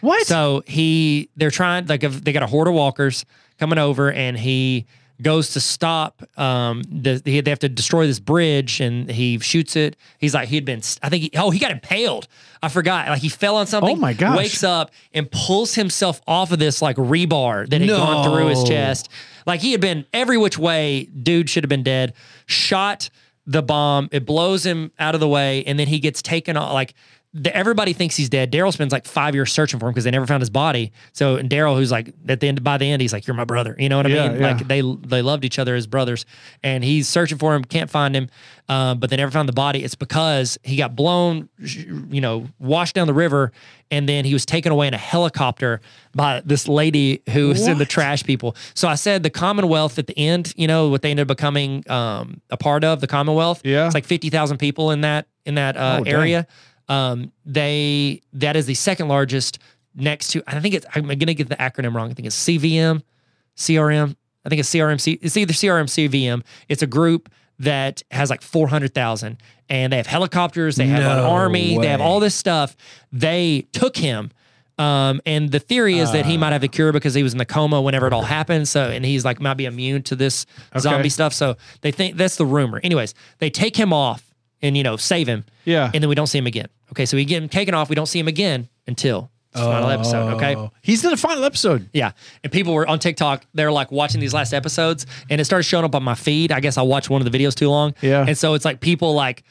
Speaker 2: What?
Speaker 1: So he, they're trying like if they got a horde of walkers coming over, and he goes to stop. Um, the, he, they have to destroy this bridge, and he shoots it. He's like he had been. I think. He, oh, he got impaled. I forgot. Like he fell on something.
Speaker 2: Oh, my gosh.
Speaker 1: Wakes up and pulls himself off of this like rebar that had gone through his
Speaker 2: No.
Speaker 1: chest. Like he had been every which way. Dude should have been dead. Shot the bomb. It blows him out of the way, and then he gets taken off. Like the, everybody thinks he's dead. Daryl spends like five years searching for him because they never found his body. So and Daryl, who's like at the end by the end, he's like, "You're my brother." You know what I
Speaker 2: Yeah,
Speaker 1: mean?
Speaker 2: yeah.
Speaker 1: Like they they loved each other as brothers, and he's searching for him, can't find him, um, but they never found the body. It's because he got blown, you know, washed down the river, and then he was taken away in a helicopter by this lady who was in the
Speaker 2: What?
Speaker 1: trash people. So I said the Commonwealth at the end, you know, what they ended up becoming um, a part of the Commonwealth.
Speaker 2: Yeah.
Speaker 1: it's like fifty thousand people in that in that uh,
Speaker 2: Oh, dang.
Speaker 1: area. Um, they that is the second largest next to I think it's I'm gonna get the acronym wrong. I think it's CVM, CRM. I think it's CRMC. It's either CRM CVM. It's a group that has like four hundred thousand, and they have helicopters. They have an
Speaker 2: No
Speaker 1: army. They have
Speaker 2: way.
Speaker 1: all this stuff. They took him. Um, and the theory is that
Speaker 2: Ah.
Speaker 1: he might have the cure because he was in the coma whenever it all happened. So, and he's like might be immune to this zombie stuff. So they think that's the rumor. Anyways, they take him off and you know save him.
Speaker 2: Yeah.
Speaker 1: And then we don't see him again. Okay, so we get him taken off. We don't see him again until this final episode. Okay.
Speaker 2: Oh. He's in the final episode.
Speaker 1: Yeah. And people were on TikTok, they're like watching these last episodes and it started showing up on my feed. I guess I watched one of the videos too long.
Speaker 2: Yeah.
Speaker 1: And so it's like people like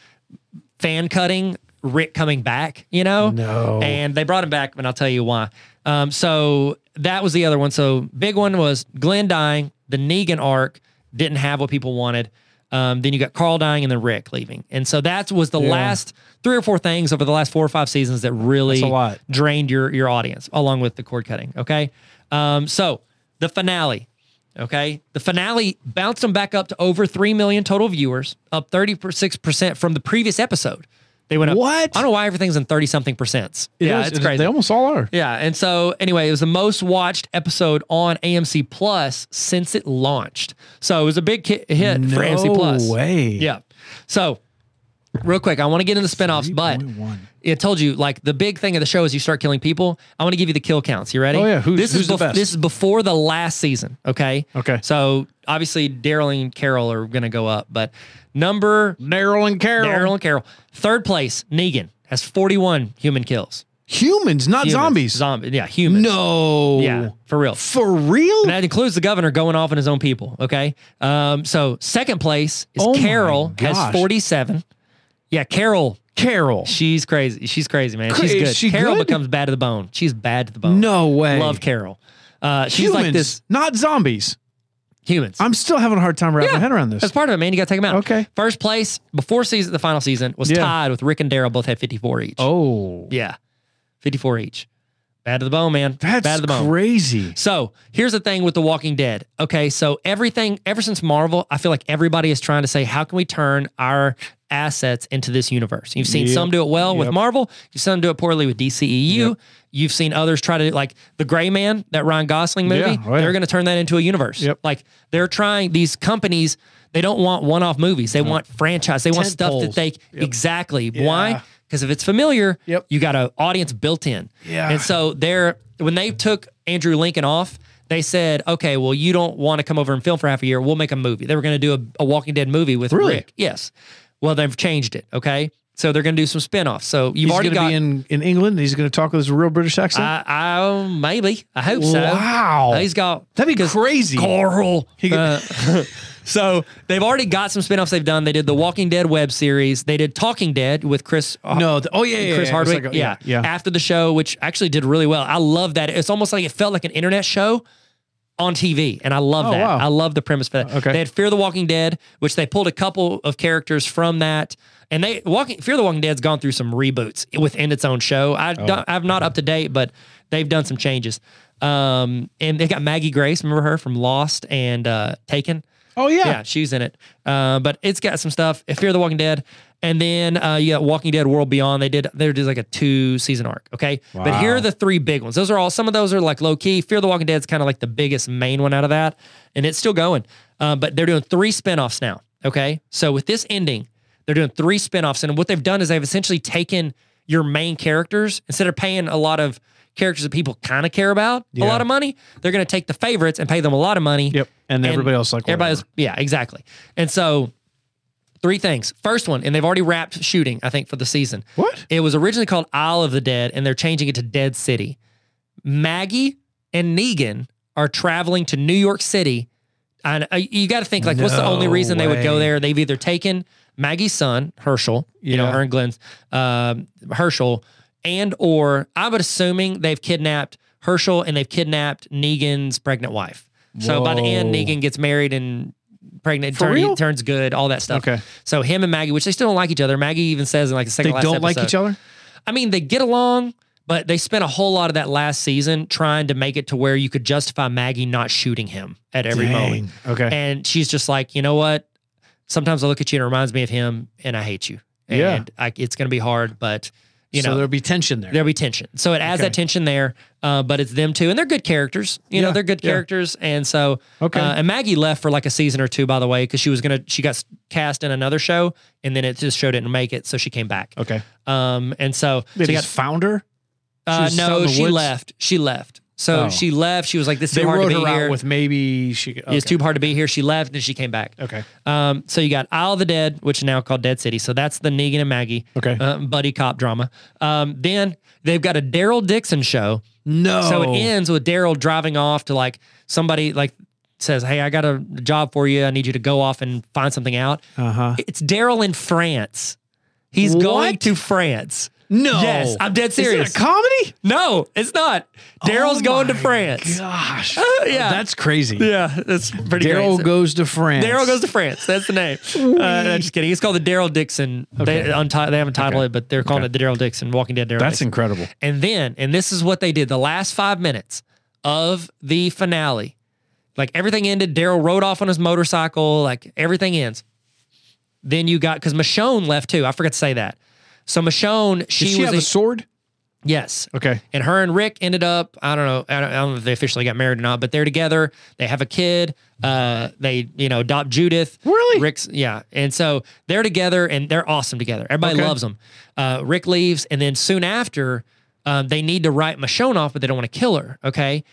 Speaker 1: fan cutting Rick coming back, you know?
Speaker 2: No.
Speaker 1: And they brought him back, and I'll tell you why. Um, so that was the other one. So big one was Glenn dying, the Negan arc didn't have what people wanted. Um, then you got Carl dying and then Rick leaving. And so that was the last three or four things over the last four or five seasons that really
Speaker 2: That's a lot.
Speaker 1: drained your your audience along with the cord cutting. Okay. Um, so the finale. Okay. The finale bounced them back up to over 3 million total viewers, up 36% from the previous episode. They went up.
Speaker 2: What?
Speaker 1: I don't know why everything's in 30 something percents.
Speaker 2: It
Speaker 1: yeah,
Speaker 2: is-
Speaker 1: it's crazy.
Speaker 2: They almost all are.
Speaker 1: yeah. And so, anyway, it was the most watched episode on AMC Plus since it launched. So it was a big ki- hit for AMC Plus.
Speaker 2: way.
Speaker 1: Yeah. So, real quick, I want to get into the spinoffs, but
Speaker 2: 3.1.
Speaker 1: it told you like the big thing of the show is you start killing people. I want to give you the kill counts. You ready?
Speaker 2: Oh, yeah. Who's-
Speaker 1: this is
Speaker 2: who's the best?
Speaker 1: This is before the last season. Okay.
Speaker 2: Okay.
Speaker 1: So obviously Daryl and Carol are going to go up, but number
Speaker 2: Daryl and Carol.
Speaker 1: Daryl and Carol, third place Negan has forty one human kills.
Speaker 2: Humans, not
Speaker 1: Humans.
Speaker 2: zombies.
Speaker 1: Zombie. Yeah. Humans.
Speaker 2: No.
Speaker 1: Yeah. For real.
Speaker 2: For real?
Speaker 1: And that includes the governor going off on his own people. Okay. Um, so second place is
Speaker 2: Oh my
Speaker 1: Carol has
Speaker 2: gosh.
Speaker 1: 47. Yeah, Carol.
Speaker 2: Carol.
Speaker 1: She's crazy. She's crazy, man.
Speaker 2: Cra-
Speaker 1: She's
Speaker 2: is
Speaker 1: good.
Speaker 2: she
Speaker 1: Carol
Speaker 2: good?
Speaker 1: becomes bad to the bone. She's bad to the bone.
Speaker 2: No way.
Speaker 1: Love Carol. Uh, she's
Speaker 2: Humans,
Speaker 1: like this
Speaker 2: not zombies.
Speaker 1: humans.
Speaker 2: I'm still having a hard time wrapping
Speaker 1: Yeah.
Speaker 2: my head around
Speaker 1: That's
Speaker 2: this.
Speaker 1: part of it, man. You got to take them out.
Speaker 2: Okay.
Speaker 1: First place before season, the final season was
Speaker 2: Yeah.
Speaker 1: tied with Rick and Daryl. Both had 54 each.
Speaker 2: Oh.
Speaker 1: yeah, 54 each. Bad to the bone, man. bad
Speaker 2: That's
Speaker 1: to the bone.
Speaker 2: crazy.
Speaker 1: So here's the thing with The Walking Dead. Okay, so everything ever since Marvel, I feel like everybody is trying to say, how can we turn our assets into this universe? You've seen
Speaker 2: Yep.
Speaker 1: some do it well with
Speaker 2: Yep.
Speaker 1: Marvel, you've seen them do it poorly with DCEU. You've seen others try to like the Gray Man, that Ryan Gosling movie.
Speaker 2: Yeah, oh yeah.
Speaker 1: They're going to turn that into a universe.
Speaker 2: Yep.
Speaker 1: Like they're trying these companies. They don't want one-off movies. They want franchise. They want
Speaker 2: Tent
Speaker 1: stuff that
Speaker 2: poles.
Speaker 1: they exactly why
Speaker 2: Yeah.
Speaker 1: because if it's familiar,
Speaker 2: Yep.
Speaker 1: you got an audience built in.
Speaker 2: Yeah.
Speaker 1: And so they're when they took Andrew Lincoln off, they said, okay, well, you don't want to come over and film for half a year. We'll make a movie. They were going to do a, a Walking Dead movie with
Speaker 2: Really?
Speaker 1: Rick. Yes. Well, they've changed it. Okay. So they're going to do some spinoffs. So you've
Speaker 2: He's
Speaker 1: already
Speaker 2: going to
Speaker 1: got.
Speaker 2: be in, in England and he's going to talk with his real British accent.
Speaker 1: I, I maybe I hope so.
Speaker 2: Wow.
Speaker 1: he's got
Speaker 2: That'd be
Speaker 1: 'cause
Speaker 2: crazy.
Speaker 1: Carl. Uh, so they've already got some spinoffs they've done. They did the Walking Dead web series. They did Talking Dead with Chris.
Speaker 2: no. The, oh, yeah, yeah.
Speaker 1: Chris
Speaker 2: yeah, it's
Speaker 1: Hardwick.
Speaker 2: like a-
Speaker 1: yeah.
Speaker 2: Yeah.
Speaker 1: After the show, which actually did really well. I love that. It's almost like it felt like an internet show on TV. And I love
Speaker 2: Oh,
Speaker 1: that.
Speaker 2: wow.
Speaker 1: I love the premise for that.
Speaker 2: Okay.
Speaker 1: They had Fear the Walking Dead, which they pulled a couple of characters from that. And they Walking Fear the Walking Dead's gone through some reboots within its own show. I
Speaker 2: Oh.
Speaker 1: don't, I'm not up to date, but they've done some changes. Um, and they got Maggie Grace, remember her from Lost and uh, Taken.
Speaker 2: Oh
Speaker 1: Yeah, she's in it. Uh, but it's got some stuff. Fear the Walking Dead, and then uh, you got Walking Dead World Beyond. They did they did like a two season arc. Okay, but here are the three big ones. Those are all. Some of those are like low key. Fear the Walking Dead's kind of like the biggest main one out of that, and it's still going. Uh, but they're doing three spinoffs now. Okay, so with this ending, they're doing three spinoffs, and what they've done is they've essentially taken your main characters instead of paying a lot of characters that people kind of care about a lot of money. They're going to take the favorites and pay them a lot of money.
Speaker 2: Yep. And,
Speaker 1: And
Speaker 2: everybody else like whatever.
Speaker 1: Everybody's yeah, exactly. And so three things. First one, and they've already wrapped shooting, I think, for the season.
Speaker 2: What?
Speaker 1: It was originally called Isle of the Dead, and they're changing it to Dead City. Maggie and Negan are traveling to New York City. And uh, you got to think, like, what's the only
Speaker 2: No
Speaker 1: reason they would go
Speaker 2: way.
Speaker 1: there? They've either taken Maggie's son, Herschel, you know,
Speaker 2: Yeah.
Speaker 1: her and Glenn's, um, Herschel, and or I'm assuming they've kidnapped Herschel and they've kidnapped Negan's pregnant wife. So by the end,
Speaker 2: Whoa.
Speaker 1: Negan gets married and pregnant,
Speaker 2: For
Speaker 1: turn,
Speaker 2: real?
Speaker 1: turns good, all that stuff.
Speaker 2: Okay.
Speaker 1: So him and Maggie, which they still don't like each other. Maggie even says in like the second
Speaker 2: They
Speaker 1: last
Speaker 2: don't like
Speaker 1: episode-
Speaker 2: each other?
Speaker 1: I mean, they get along, but they spent a whole lot of that last season trying to make it to where you could justify Maggie not shooting him at every moment.
Speaker 2: Okay.
Speaker 1: And she's just like, you know what? Sometimes I look at you and it reminds me of him, and I hate you. And
Speaker 2: Yeah.
Speaker 1: I, it's going to be hard, but you
Speaker 2: so
Speaker 1: know,
Speaker 2: there'll be tension there.
Speaker 1: there'll be tension. So it adds
Speaker 2: Okay.
Speaker 1: that tension there, uh, but it's them too, and they're good characters. You know,
Speaker 2: Yeah,
Speaker 1: they're good
Speaker 2: yeah.
Speaker 1: characters, and so
Speaker 2: Okay.
Speaker 1: Uh, and Maggie left for like a season or two, by the way, because she was gonna she got s- cast in another show, and then it just show didn't make it, so she came back.
Speaker 2: okay.
Speaker 1: Um, and so
Speaker 2: They
Speaker 1: she
Speaker 2: just
Speaker 1: got
Speaker 2: found her. she
Speaker 1: uh,
Speaker 2: was out in
Speaker 1: no,
Speaker 2: the
Speaker 1: she
Speaker 2: woods?
Speaker 1: left. She left. So
Speaker 2: Oh.
Speaker 1: she left. She was like, "This is
Speaker 2: They
Speaker 1: too hard
Speaker 2: wrote
Speaker 1: to be
Speaker 2: her
Speaker 1: here.
Speaker 2: out with maybe she. Okay.
Speaker 1: It's too hard to be here." She left, and she came back.
Speaker 2: okay.
Speaker 1: Um, so you got Isle of the Dead, which is now called Dead City. So that's the Negan and Maggie
Speaker 2: Okay.
Speaker 1: uh, buddy cop drama. Um, then they've got a Daryl Dixon show.
Speaker 2: no.
Speaker 1: So it ends with Daryl driving off to like somebody like says, "Hey, I got a job for you. I need you to go off and find something out."
Speaker 2: Uh huh.
Speaker 1: It's Daryl in France. He's
Speaker 2: What?
Speaker 1: going to France.
Speaker 2: No.
Speaker 1: Yes, I'm dead serious.
Speaker 2: Is that a comedy?
Speaker 1: no, it's not. Daryl's
Speaker 2: Oh
Speaker 1: going to
Speaker 2: my
Speaker 1: France.
Speaker 2: Gosh. Oh,
Speaker 1: yeah.
Speaker 2: That's crazy.
Speaker 1: Yeah, that's pretty.
Speaker 2: Daryl
Speaker 1: great.
Speaker 2: goes to France.
Speaker 1: Daryl goes to France. That's the name. Uh, I'm just kidding. It's called the Daryl Dixon. They, unti- they haven't titled it, but they're calling it the Daryl Dixon Walking Dead. Daryl
Speaker 2: That's
Speaker 1: Dixon.
Speaker 2: incredible.
Speaker 1: And then, and this is what they did the last five minutes of the finale. Like everything ended. Daryl rode off on his motorcycle. Like everything ends. Then you got because Michonne left too. I forgot to say that. So Michonne, she,
Speaker 2: Did she
Speaker 1: was
Speaker 2: have a sword?
Speaker 1: yes,
Speaker 2: Okay.
Speaker 1: and her and Rick ended up, I don't know, I don't, I don't know if they officially got married or not, but they're together. They have a kid. Uh, they, you know, adopt Judith.
Speaker 2: Really?
Speaker 1: Rick's, yeah. And so they're together and they're awesome together. Everybody
Speaker 2: Okay.
Speaker 1: loves them. Uh, Rick leaves. And then soon after, um, they need to write Michonne off, but they don't want to kill her. Okay.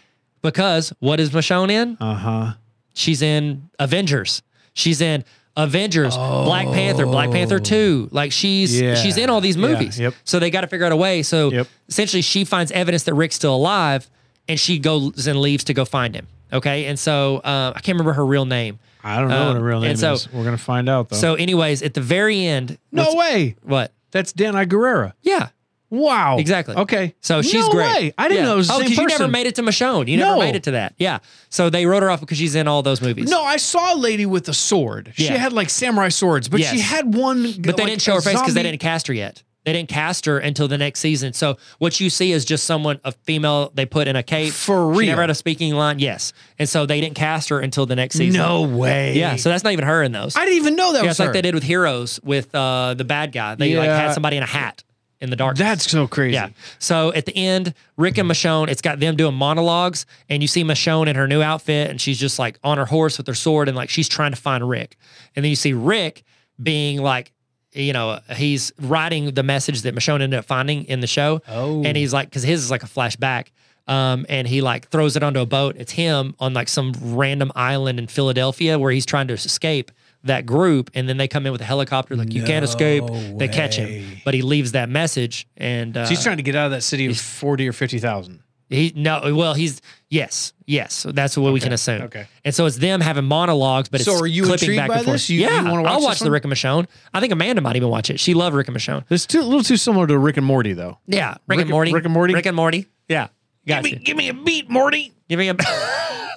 Speaker 1: Because what is Michonne in?
Speaker 2: Uh huh.
Speaker 1: She's in Avengers. She's in Avengers, Black Panther, Black Panther 2. Like she's
Speaker 2: Yeah.
Speaker 1: she's in all these
Speaker 2: Oh. Yeah,
Speaker 1: movies.
Speaker 2: yep.
Speaker 1: So they got to figure out a way. So
Speaker 2: Yep.
Speaker 1: essentially she finds evidence that Rick's still alive and she goes and leaves to go find him. Okay? And so uh, I can't remember her real name.
Speaker 2: I don't know
Speaker 1: Um,
Speaker 2: what a real
Speaker 1: and
Speaker 2: name
Speaker 1: so-
Speaker 2: is. We're gonna find out though.
Speaker 1: So anyways, at the very end
Speaker 2: no
Speaker 1: what's-
Speaker 2: way.
Speaker 1: what?
Speaker 2: That's Dan Iguerra.
Speaker 1: Yeah.
Speaker 2: Wow.
Speaker 1: Exactly.
Speaker 2: Okay.
Speaker 1: So she's
Speaker 2: No
Speaker 1: great.
Speaker 2: way. I didn't
Speaker 1: Yeah.
Speaker 2: know it was the
Speaker 1: oh,
Speaker 2: same
Speaker 1: 'cause you never
Speaker 2: person.
Speaker 1: made it to Michonne. You never
Speaker 2: No.
Speaker 1: made it to that. Yeah. So they wrote her off because she's in all those movies.
Speaker 2: No, I saw a lady with a sword. She
Speaker 1: Yeah.
Speaker 2: had like samurai swords, but she
Speaker 1: Yes.
Speaker 2: had one.
Speaker 1: But they didn't show her face because they didn't cast her yet. They didn't cast her until the next season. So what you see is just someone, a female, they put in a cape.
Speaker 2: For
Speaker 1: She never
Speaker 2: real?
Speaker 1: had a speaking line. Yes. And so they didn't cast her until the next season.
Speaker 2: No way.
Speaker 1: Yeah. So that's not even her in those.
Speaker 2: I didn't even know that
Speaker 1: yeah,
Speaker 2: was
Speaker 1: it's
Speaker 2: her.
Speaker 1: like they did with Heroes with uh, the bad guy. They like had
Speaker 2: Yeah.
Speaker 1: somebody in a hat in the dark.
Speaker 2: That's so crazy.
Speaker 1: Yeah. So at the end, Rick and Michonne, it's got them doing monologues, and you see Michonne in her new outfit, and she's just like on her horse with her sword, and like she's trying to find Rick. And then you see Rick being like, you know, he's writing the message that Michonne ended up finding in the show.
Speaker 2: Oh.
Speaker 1: And he's like, because his is like a flashback. Um, and he like throws it onto a boat. It's him on like some random island in Philadelphia where he's trying to escape that group. And then they come in with a helicopter, like, you can't escape. They catch him.
Speaker 2: way.
Speaker 1: But he leaves that message. And uh,
Speaker 2: So he's trying to get out of that city of forty or fifty thousand.
Speaker 1: he no, well, he's yes, yes. That's what we can assume.
Speaker 2: okay.
Speaker 1: And so it's them having monologues, but
Speaker 2: So
Speaker 1: it's
Speaker 2: are you
Speaker 1: clipping
Speaker 2: intrigued
Speaker 1: back
Speaker 2: by
Speaker 1: and forth.
Speaker 2: this? You- you
Speaker 1: yeah,
Speaker 2: wanna watch
Speaker 1: I'll
Speaker 2: this
Speaker 1: watch the
Speaker 2: one?
Speaker 1: Rick and Michonne. I think Amanda might even watch it. She loved Rick and Michonne.
Speaker 2: It's too, a little too similar to Rick and Morty though.
Speaker 1: Yeah, Rick,
Speaker 2: Rick
Speaker 1: and
Speaker 2: and-
Speaker 1: Morty.
Speaker 2: Rick and Morty?
Speaker 1: Rick and Morty. Yeah, got you.
Speaker 2: give me a beat, Morty.
Speaker 1: Give me a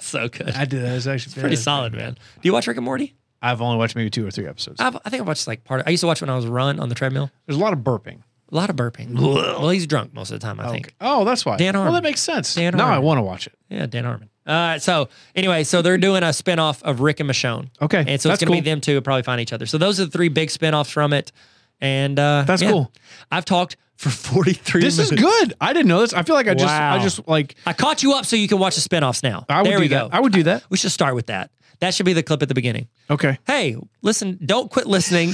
Speaker 1: so good.
Speaker 2: I did. That was actually
Speaker 1: Pretty solid, man. Do you watch Rick and Morty?
Speaker 2: I've only watched maybe two or three episodes.
Speaker 1: I've, I think I watched like part. Of, I used to watch when I was run on the treadmill.
Speaker 2: There's a lot of burping.
Speaker 1: A lot of burping. Well, he's drunk most of the time. I think.
Speaker 2: Okay. Oh, that's why.
Speaker 1: Dan
Speaker 2: Well,
Speaker 1: Harmon.
Speaker 2: that makes sense.
Speaker 1: Dan
Speaker 2: now I
Speaker 1: Harmon.
Speaker 2: want to watch it.
Speaker 1: Yeah, Dan Harmon. Uh, so anyway, so they're doing a spinoff of Rick and Michonne.
Speaker 2: Okay,
Speaker 1: And so
Speaker 2: that's
Speaker 1: it's gonna
Speaker 2: cool.
Speaker 1: be them two who probably find each other. So those are the three big spinoffs from it. And uh,
Speaker 2: That's cool.
Speaker 1: I've talked for 43
Speaker 2: This is
Speaker 1: minutes.
Speaker 2: good. I didn't know this. I feel like I just, I
Speaker 1: Wow.
Speaker 2: just like,
Speaker 1: I caught you up so you can watch the spinoffs now.
Speaker 2: I would
Speaker 1: there
Speaker 2: do
Speaker 1: we go.
Speaker 2: that. I would do that.
Speaker 1: we should start with that. That should be the clip at the beginning.
Speaker 2: Okay.
Speaker 1: Hey, listen, don't quit listening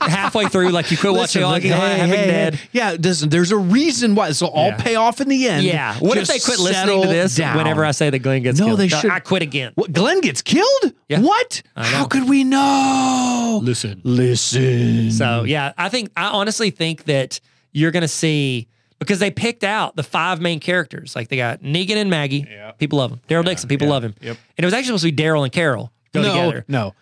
Speaker 1: halfway through like you quit watching all
Speaker 2: like,
Speaker 1: like,
Speaker 2: hey,
Speaker 1: having
Speaker 2: hey,
Speaker 1: dead.
Speaker 2: hey. Yeah, this, there's a reason why. This will all
Speaker 1: Yeah.
Speaker 2: pay off in the end.
Speaker 1: Yeah. What if
Speaker 2: Just
Speaker 1: they quit listening
Speaker 2: settle
Speaker 1: to this
Speaker 2: down.
Speaker 1: whenever I say that Glenn gets
Speaker 2: No,
Speaker 1: killed?
Speaker 2: they should-
Speaker 1: I quit again.
Speaker 2: What, Glenn gets killed?
Speaker 1: Yeah.
Speaker 2: What?
Speaker 1: I know.
Speaker 2: How could we know?
Speaker 1: Listen.
Speaker 2: Listen.
Speaker 1: So yeah, I think I honestly think that you're gonna see because they picked out the five main characters. Like they got Negan and Maggie.
Speaker 2: Yeah.
Speaker 1: People love him. Daryl Dixon. People love him.
Speaker 2: Yep.
Speaker 1: And it was actually supposed to be Daryl and Carol go
Speaker 2: no,
Speaker 1: together.
Speaker 2: no.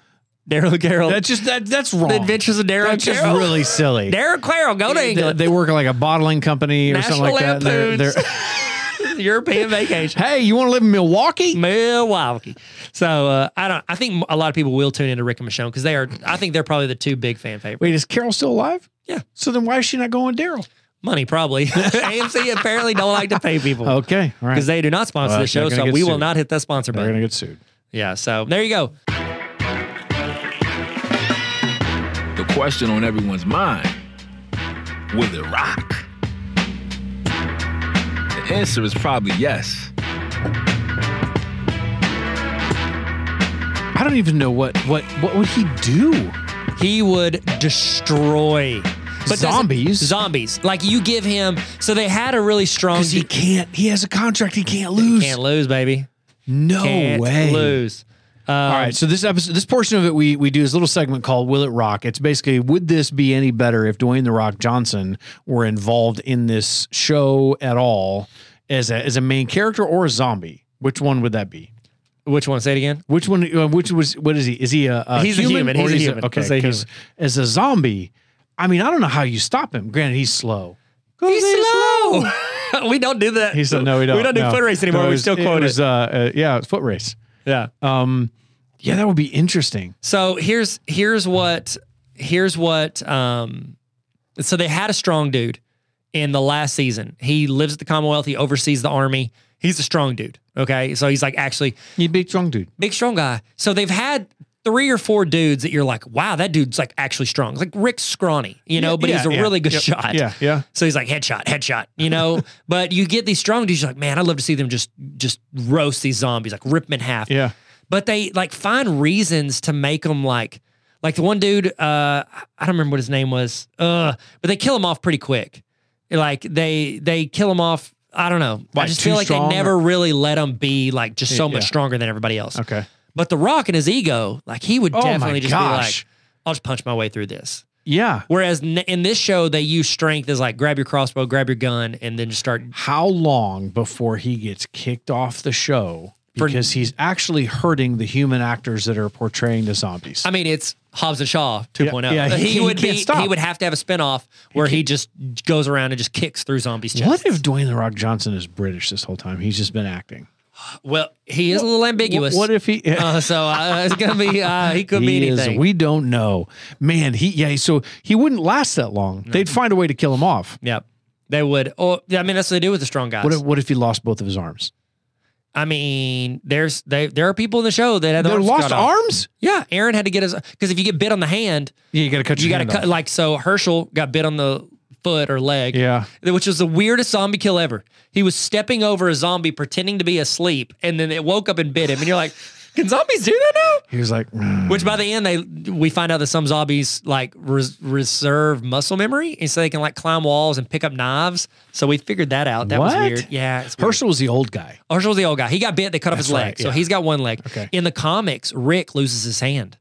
Speaker 1: Daryl and Carol.
Speaker 2: That's just that. That's wrong.
Speaker 1: the Adventures of Daryl
Speaker 2: That's
Speaker 1: and
Speaker 2: just
Speaker 1: Carol.
Speaker 2: really silly.
Speaker 1: Daryl and Carol go to
Speaker 2: They-
Speaker 1: England.
Speaker 2: They, work at like a bottling company or something
Speaker 1: National
Speaker 2: like that. They're-
Speaker 1: Lampoons.
Speaker 2: they're-
Speaker 1: European vacation.
Speaker 2: hey, you want to live in Milwaukee?
Speaker 1: Milwaukee. So uh, I don't. I think a lot of people will tune into Rick and Michonne because they are. I think they're probably the two big fan favorites.
Speaker 2: Wait, is Carol still alive?
Speaker 1: Yeah.
Speaker 2: So then why is she not going Daryl?
Speaker 1: Money probably. AMC apparently don't like to pay people.
Speaker 2: Okay. All right.
Speaker 1: because they do not sponsor
Speaker 2: Well,
Speaker 1: the
Speaker 2: they're
Speaker 1: show,
Speaker 2: gonna
Speaker 1: so
Speaker 2: get
Speaker 1: we will
Speaker 2: sued.
Speaker 1: not hit that sponsor
Speaker 2: They're
Speaker 1: button.
Speaker 2: going to get sued.
Speaker 1: yeah, so there you go.
Speaker 4: The question on everyone's mind Will it rock? The answer is probably yes.
Speaker 2: I don't even know what what what would he do?
Speaker 1: Oh, He would destroy does-
Speaker 2: Zombies?
Speaker 1: Zombies. Like you give him. So they had a really strong.
Speaker 2: Because he can't. He has a contract. He can't lose.
Speaker 1: can't lose, baby.
Speaker 2: no
Speaker 1: Can't
Speaker 2: way.
Speaker 1: lose. Um,
Speaker 2: All right. So this episode, this portion of it, we we do this little segment called "Will It Rock." It's basically, would this be any better if Dwayne the Rock Johnson were involved in this show at all as a as a main character or a zombie? Which one would that be?
Speaker 1: Which one? Say it again.
Speaker 2: Which one? uh, Which was? What is he? Is he a, a
Speaker 1: He's a human.
Speaker 2: or
Speaker 1: He's a
Speaker 2: is he
Speaker 1: human. Let's
Speaker 2: okay,
Speaker 1: say
Speaker 2: 'cause as a zombie, I mean, I don't know how you stop him. Granted, he's slow.
Speaker 1: He's slow. we don't do that.
Speaker 2: He said, "No, we don't.
Speaker 1: We don't do
Speaker 2: no.
Speaker 1: foot race anymore.
Speaker 2: No, it
Speaker 1: we
Speaker 2: was-
Speaker 1: still quote
Speaker 2: it.
Speaker 1: it.
Speaker 2: Was, uh, uh, yeah, it's foot race.
Speaker 1: yeah.
Speaker 2: Um, yeah, that would be interesting.
Speaker 1: So here's here's what here's what um so they had a strong dude in the last season. He lives at the Commonwealth, he oversees the army. He's a strong dude. Okay. So he's like actually
Speaker 2: He'd be a strong dude.
Speaker 1: big strong guy. So they've had three or four dudes that you're like, wow, that dude's like actually strong. Like Rick's scrawny, you know, but he's a
Speaker 2: yeah,
Speaker 1: really good
Speaker 2: yeah,
Speaker 1: shot.
Speaker 2: Yeah, yeah.
Speaker 1: So he's like headshot, headshot, you know. but you get these strong dudes, you're like, man, I'd love to see them just just roast these zombies, like rip them in half
Speaker 2: Yeah.
Speaker 1: but they like find reasons to make them like like the one dude uh i I don't remember what his name was uh but they kill him off pretty quick like they they kill him off i don't know i
Speaker 2: Like,
Speaker 1: just
Speaker 2: too
Speaker 1: feel like they
Speaker 2: strong
Speaker 1: never really let him be like just so
Speaker 2: Yeah,
Speaker 1: much
Speaker 2: yeah.
Speaker 1: stronger than everybody else
Speaker 2: Okay.
Speaker 1: but the rock and his ego like he would
Speaker 2: Oh my
Speaker 1: definitely just
Speaker 2: gosh.
Speaker 1: be like i'll just punch my way through this
Speaker 2: Yeah.
Speaker 1: whereas n- in this show they use strength as like grab your crossbow grab your gun and then just start
Speaker 2: How long before he gets kicked off the show
Speaker 1: For-
Speaker 2: because he's actually hurting the human actors that are portraying the zombies?
Speaker 1: I mean, it's Hobbs and Shaw 2.0.
Speaker 2: Yeah, yeah, he
Speaker 1: he,
Speaker 2: can't-
Speaker 1: would
Speaker 2: he can't
Speaker 1: be.
Speaker 2: stop.
Speaker 1: He would have to have a spinoff where he, just goes around and just kicks through zombies. Chest.
Speaker 2: what if Dwayne the Rock Johnson is British this whole time? He's just been acting.
Speaker 1: Well, he is a little ambiguous.
Speaker 2: What, what if he?
Speaker 1: uh, so uh, it's gonna be. Uh, he could be
Speaker 2: he is-
Speaker 1: anything.
Speaker 2: we don't know, man. He yeah. So he wouldn't last that long. They'd find a way to kill him off.
Speaker 1: yep. They would. Oh, yeah, I mean, that's what they do with the strong guys.
Speaker 2: What if, what if he lost both of his arms?
Speaker 1: I mean, there's they, there are people in the show that had their
Speaker 2: They're
Speaker 1: arms
Speaker 2: lost
Speaker 1: cut off.
Speaker 2: arms?
Speaker 1: Yeah, Aaron had to get his because if you get bit on the hand,
Speaker 2: Yeah, you got to cut
Speaker 1: you got to cut. Like so, Herschel got bit on the foot or leg.
Speaker 2: Yeah.
Speaker 1: which was the weirdest zombie kill ever. He was stepping over a zombie pretending to be asleep, and then it woke up and bit him. And you're like, can zombies do that now?
Speaker 2: He was like, "Mm."
Speaker 1: Which by the end, they we find out that some zombies like res- reserve muscle memory, and so they can like climb walls and pick up knives. So we figured that out. That was
Speaker 2: What?
Speaker 1: weird. Yeah, it's weird.
Speaker 2: Herschel was the old guy.
Speaker 1: Herschel was the old guy. He got bit. They cut off his
Speaker 2: That's
Speaker 1: leg,
Speaker 2: right,
Speaker 1: so
Speaker 2: yeah.
Speaker 1: he's got one leg.
Speaker 2: Okay.
Speaker 1: In the comics, Rick loses his hand.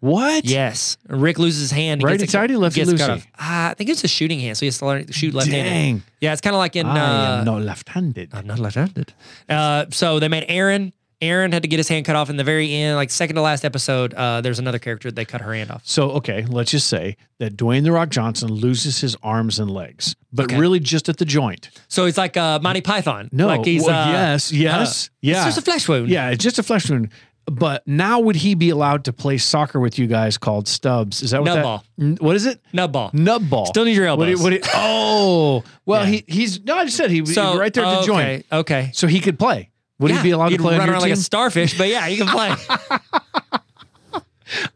Speaker 2: What?
Speaker 1: Yes, Rick loses his hand. He
Speaker 2: Righty
Speaker 1: gets it-
Speaker 2: tighty, lefty
Speaker 1: gets cut
Speaker 2: loosey.
Speaker 1: off. Ah, I think it's a shooting hand, so he has to learn to shoot left-handed.
Speaker 2: Dang.
Speaker 1: Yeah, it's kind of like in
Speaker 2: I
Speaker 1: uh,
Speaker 2: am not left-handed.
Speaker 1: I'm not left-handed. Uh, so they made Aaron. Aaron had to get his hand cut off in the very end, like second to last episode. Uh, there's another character they cut her hand off.
Speaker 2: So okay, let's just say that Dwayne the Rock Johnson loses his arms and legs, but
Speaker 1: Okay.
Speaker 2: really just at the joint.
Speaker 1: So it's like uh, Monty Python.
Speaker 2: No,
Speaker 1: like he's
Speaker 2: well,
Speaker 1: uh,
Speaker 2: yes, yes,
Speaker 1: It's
Speaker 2: yeah,
Speaker 1: just a flesh wound.
Speaker 2: yeah, it's just a flesh wound. But now would he be allowed to play soccer with you guys called stubs? Is that what
Speaker 1: Nutball.
Speaker 2: that? N- What is it?
Speaker 1: Nut ball.
Speaker 2: Nub ball.
Speaker 1: Still need your
Speaker 2: What do you-
Speaker 1: elbows.
Speaker 2: what do you- oh, well,
Speaker 1: Yeah.
Speaker 2: he he's no. I just said he was right there at the
Speaker 1: okay,
Speaker 2: joint,
Speaker 1: Okay.
Speaker 2: so he could play. Would
Speaker 1: Yeah,
Speaker 2: he be allowed to
Speaker 1: you'd
Speaker 2: play on
Speaker 1: run
Speaker 2: your
Speaker 1: around like
Speaker 2: team?
Speaker 1: a starfish, but yeah, you can play.
Speaker 2: I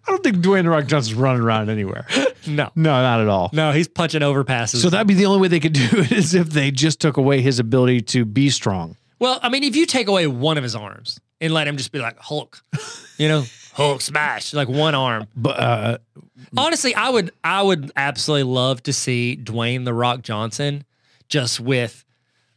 Speaker 2: don't think Dwayne The Rock Johnson's running around anywhere.
Speaker 1: no.
Speaker 2: No, not at all.
Speaker 1: No, he's punching overpasses.
Speaker 2: So that'd be the only way they could do it is if they just took away his ability to be strong.
Speaker 1: well, I mean, if you take away one of his arms and let him just be like Hulk, you know, Hulk smash, like one arm.
Speaker 2: But uh,
Speaker 1: Honestly, I would I would absolutely love to see Dwayne the Rock Johnson just with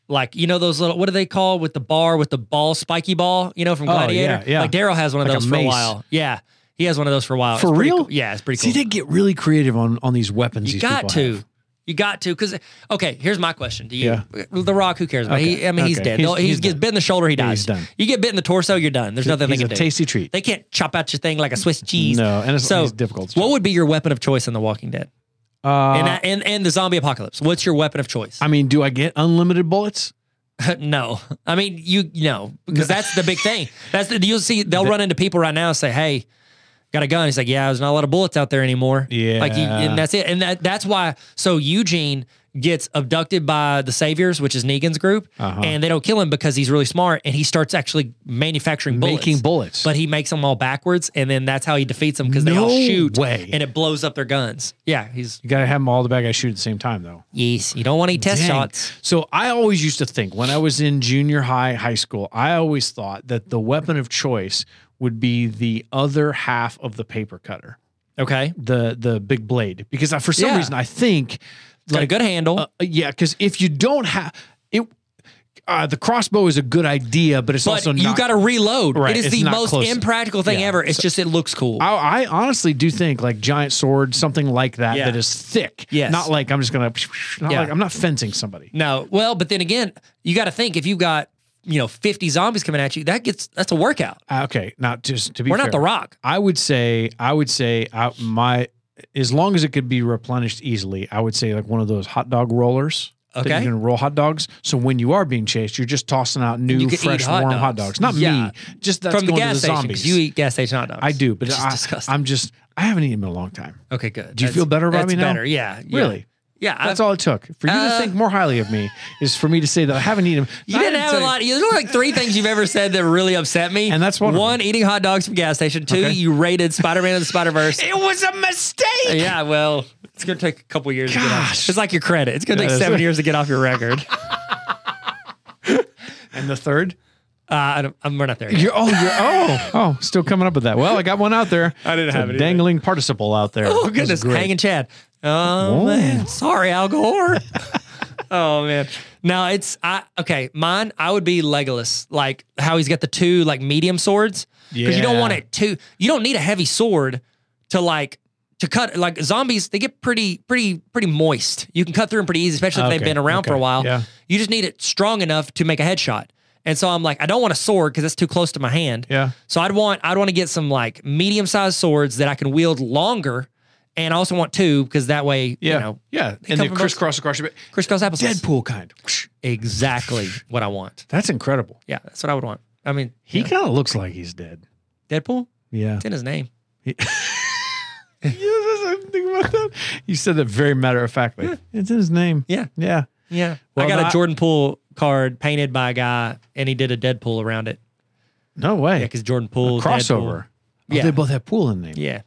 Speaker 1: like you know those little what do they call with the bar with the ball spiky ball you know from
Speaker 2: Oh,
Speaker 1: Gladiator
Speaker 2: yeah, yeah.
Speaker 1: like Daryl has one of
Speaker 2: Like a
Speaker 1: those for a
Speaker 2: mace.
Speaker 1: while yeah he has one of those for a while
Speaker 2: For
Speaker 1: It's pretty
Speaker 2: real?
Speaker 1: cool. yeah it's pretty
Speaker 2: see,
Speaker 1: cool
Speaker 2: they get really creative on on these weapons.
Speaker 1: you
Speaker 2: these
Speaker 1: got
Speaker 2: people
Speaker 1: to
Speaker 2: have.
Speaker 1: you got to because okay here's my question to you the Rock who cares about he I mean he's
Speaker 2: Okay.
Speaker 1: dead
Speaker 2: He's-
Speaker 1: No, he
Speaker 2: he's
Speaker 1: gets
Speaker 2: done.
Speaker 1: bit in the shoulder he dies
Speaker 2: he's done.
Speaker 1: you get bit in the torso you're done there's nothing
Speaker 2: He's
Speaker 1: they
Speaker 2: a
Speaker 1: can do
Speaker 2: tasty treat.
Speaker 1: they can't chop out your thing like a Swiss cheese
Speaker 2: No, and it's,
Speaker 1: so
Speaker 2: it's difficult.
Speaker 1: what would be your weapon of choice in The Walking Dead
Speaker 2: Uh,
Speaker 1: and, that- and and the zombie apocalypse. What's your weapon of choice?
Speaker 2: I mean, do I get unlimited bullets?
Speaker 1: Uh, no, I mean you no because that's the big thing. That's the, you'll see they'll run into people right now and say, "Hey, got a gun?" He's like, "Yeah, there's not a lot of bullets out there anymore."
Speaker 2: Yeah.
Speaker 1: like you, and that's it. And that that's why. So Eugene gets abducted by the Saviors, which is Negan's group,
Speaker 2: Uh-huh.
Speaker 1: and they don't kill him because he's really smart and he starts actually manufacturing bullets.
Speaker 2: Making bullets.
Speaker 1: But he makes them all backwards, and then that's how he defeats them because they all
Speaker 2: No
Speaker 1: shoot
Speaker 2: way.
Speaker 1: and it blows up their guns. Yeah, he's
Speaker 2: you got to have them all the bad guys shoot at the same time, though.
Speaker 1: yes. You don't want any test
Speaker 2: Dang.
Speaker 1: shots.
Speaker 2: So I always used to think when I was in junior high, high school, I always thought that the weapon of choice would be the other half of the paper cutter,
Speaker 1: Okay.
Speaker 2: the the big blade, because I, for some
Speaker 1: Yeah.
Speaker 2: reason I think
Speaker 1: got a good handle.
Speaker 2: Uh, yeah, because if you don't have it, uh, the crossbow is a good idea, but it's
Speaker 1: but
Speaker 2: also
Speaker 1: you
Speaker 2: not.
Speaker 1: got to reload.
Speaker 2: Right,
Speaker 1: It is
Speaker 2: it's
Speaker 1: the
Speaker 2: not
Speaker 1: most
Speaker 2: close.
Speaker 1: impractical thing
Speaker 2: Yeah,
Speaker 1: ever. It's just it looks cool.
Speaker 2: I, I honestly do think like giant sword, something like that,
Speaker 1: Yeah.
Speaker 2: that is thick.
Speaker 1: Yes.
Speaker 2: Not like I'm just gonna. Not
Speaker 1: Yeah.
Speaker 2: like I'm not fencing somebody.
Speaker 1: no, well, but then again, you got to think if you got you know fifty zombies coming at you, that gets that's a workout.
Speaker 2: Uh, okay, not just to be.
Speaker 1: We're
Speaker 2: fair,
Speaker 1: not the Rock.
Speaker 2: I would say. I would say. I, my as long as it could be replenished easily, I would say like one of those hot dog rollers. That
Speaker 1: Okay.
Speaker 2: you can roll hot dogs. So when you are being chased, you're just tossing out new,
Speaker 1: you can eat
Speaker 2: fresh,
Speaker 1: hot
Speaker 2: warm hot
Speaker 1: dogs.
Speaker 2: dogs. Not
Speaker 1: Yeah.
Speaker 2: me. Just that's
Speaker 1: From the
Speaker 2: going
Speaker 1: gas
Speaker 2: to the
Speaker 1: station, 'cause
Speaker 2: zombies.
Speaker 1: you eat gas station hot dogs.
Speaker 2: I do, but
Speaker 1: Which is
Speaker 2: I,
Speaker 1: disgusting.
Speaker 2: I'm just. I haven't eaten them in a long time.
Speaker 1: okay, good.
Speaker 2: Do you feel better about
Speaker 1: that's
Speaker 2: me now?
Speaker 1: Better, yeah. yeah.
Speaker 2: Really.
Speaker 1: Yeah.
Speaker 2: That's
Speaker 1: I,
Speaker 2: all it took for you
Speaker 1: Uh,
Speaker 2: to think more highly of me is for me to say that I haven't eaten.
Speaker 1: you didn't have a lot. There's only like three things you've ever said that really upset me.
Speaker 2: And that's one of
Speaker 1: One, eating hot dogs from gas station. Two,
Speaker 2: Okay.
Speaker 1: you rated Spider Man and the Spider Verse.
Speaker 2: It was a mistake.
Speaker 1: yeah, well, it's gonna take a couple years to get off.
Speaker 2: Gosh.
Speaker 1: It's like your credit. It's gonna take
Speaker 2: Yeah, that's
Speaker 1: seven
Speaker 2: right.
Speaker 1: years to get off your record.
Speaker 2: And the third,
Speaker 1: Uh, I don't, I'm, we're not there. Yet.
Speaker 2: you're oh, you're oh, oh, still coming up with that. Well, I got one out there.
Speaker 1: I didn't
Speaker 2: It's
Speaker 1: have
Speaker 2: a
Speaker 1: it either.
Speaker 2: dangling participle out there.
Speaker 1: Oh
Speaker 2: That's
Speaker 1: goodness,
Speaker 2: great.
Speaker 1: hanging Chad. Oh
Speaker 2: Whoa.
Speaker 1: man, sorry Al Gore. oh man, no, it's I okay. Mine, I would be Legolas, like how he's got the two like medium swords because you don't
Speaker 2: Yeah.
Speaker 1: want it too. You don't need a heavy sword to like to cut like zombies. They get pretty pretty pretty moist. You can cut through them pretty easy, especially if
Speaker 2: Okay,
Speaker 1: they've been around for a
Speaker 2: okay,
Speaker 1: while.
Speaker 2: yeah.
Speaker 1: You just need it strong enough to make a headshot. And so I'm like, I don't want a sword because that's too close to my hand.
Speaker 2: Yeah.
Speaker 1: So I'd want I'd want to get some like medium sized swords that I can wield longer, and I also want two because that way
Speaker 2: Yeah,
Speaker 1: you know
Speaker 2: yeah,
Speaker 1: come
Speaker 2: and they
Speaker 1: from both-
Speaker 2: crisscross across your back.
Speaker 1: crisscross applesauce.
Speaker 2: Deadpool kind.
Speaker 1: Exactly what I want.
Speaker 2: That's incredible.
Speaker 1: Yeah, that's what I would want. I mean,
Speaker 2: He kind of looks like he's dead.
Speaker 1: Deadpool.
Speaker 2: Yeah.
Speaker 1: It's in his name.
Speaker 2: I didn't think about that. You said that very matter of factly. It's in his name.
Speaker 1: Yeah.
Speaker 2: Yeah.
Speaker 1: Yeah. I
Speaker 2: Well,
Speaker 1: got a
Speaker 2: that-
Speaker 1: Jordan Poole card painted by a guy, and he did a Deadpool around it.
Speaker 2: No way.
Speaker 1: Yeah, because Jordan Poole Deadpool.
Speaker 2: crossover. Oh,
Speaker 1: Yeah.
Speaker 2: They both have pool in the name.
Speaker 1: Yeah.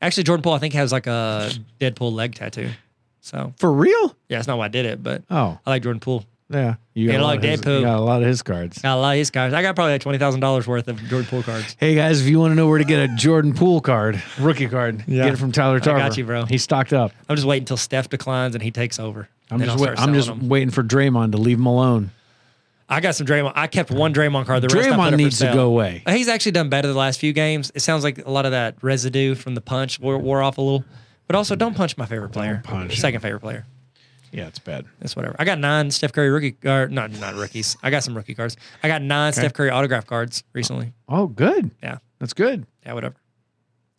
Speaker 1: Actually, Jordan Poole I think has like a Deadpool leg tattoo. So
Speaker 2: For real?
Speaker 1: yeah, that's not why I did it, but
Speaker 2: Oh,
Speaker 1: I like Jordan Poole.
Speaker 2: yeah. You
Speaker 1: Yeah,
Speaker 2: got, a lot
Speaker 1: like
Speaker 2: of his,
Speaker 1: Deadpool.
Speaker 2: you got a lot of his cards.
Speaker 1: Got a lot of his cards. I got probably like twenty thousand dollars worth of Jordan Poole cards.
Speaker 2: Hey guys, if you want to know where to get a Jordan Poole card, rookie card,
Speaker 1: Yeah.
Speaker 2: get it from Tyler Tarver.
Speaker 1: got you, bro.
Speaker 2: He stocked up.
Speaker 1: I'm just waiting until Steph declines and he takes over.
Speaker 2: I'm
Speaker 1: Then
Speaker 2: just
Speaker 1: I'll
Speaker 2: wait,
Speaker 1: start
Speaker 2: I'm
Speaker 1: selling
Speaker 2: just
Speaker 1: them.
Speaker 2: waiting for Draymond to leave him alone.
Speaker 1: I got some Draymond. I kept one Draymond card. The rest I put up
Speaker 2: Draymond
Speaker 1: for
Speaker 2: needs to
Speaker 1: sale.
Speaker 2: go away.
Speaker 1: He's actually done better the last few games. It sounds like a lot of that residue from the punch wore, wore off a little. But also, don't punch my favorite player.
Speaker 2: punch him.
Speaker 1: Second favorite player.
Speaker 2: Yeah, it's bad.
Speaker 1: That's whatever. I got nine Steph Curry rookie or not not rookies. I got some rookie cards. I got nine Steph Curry autograph cards recently.
Speaker 2: Oh, good.
Speaker 1: Yeah.
Speaker 2: That's good.
Speaker 1: Yeah, whatever.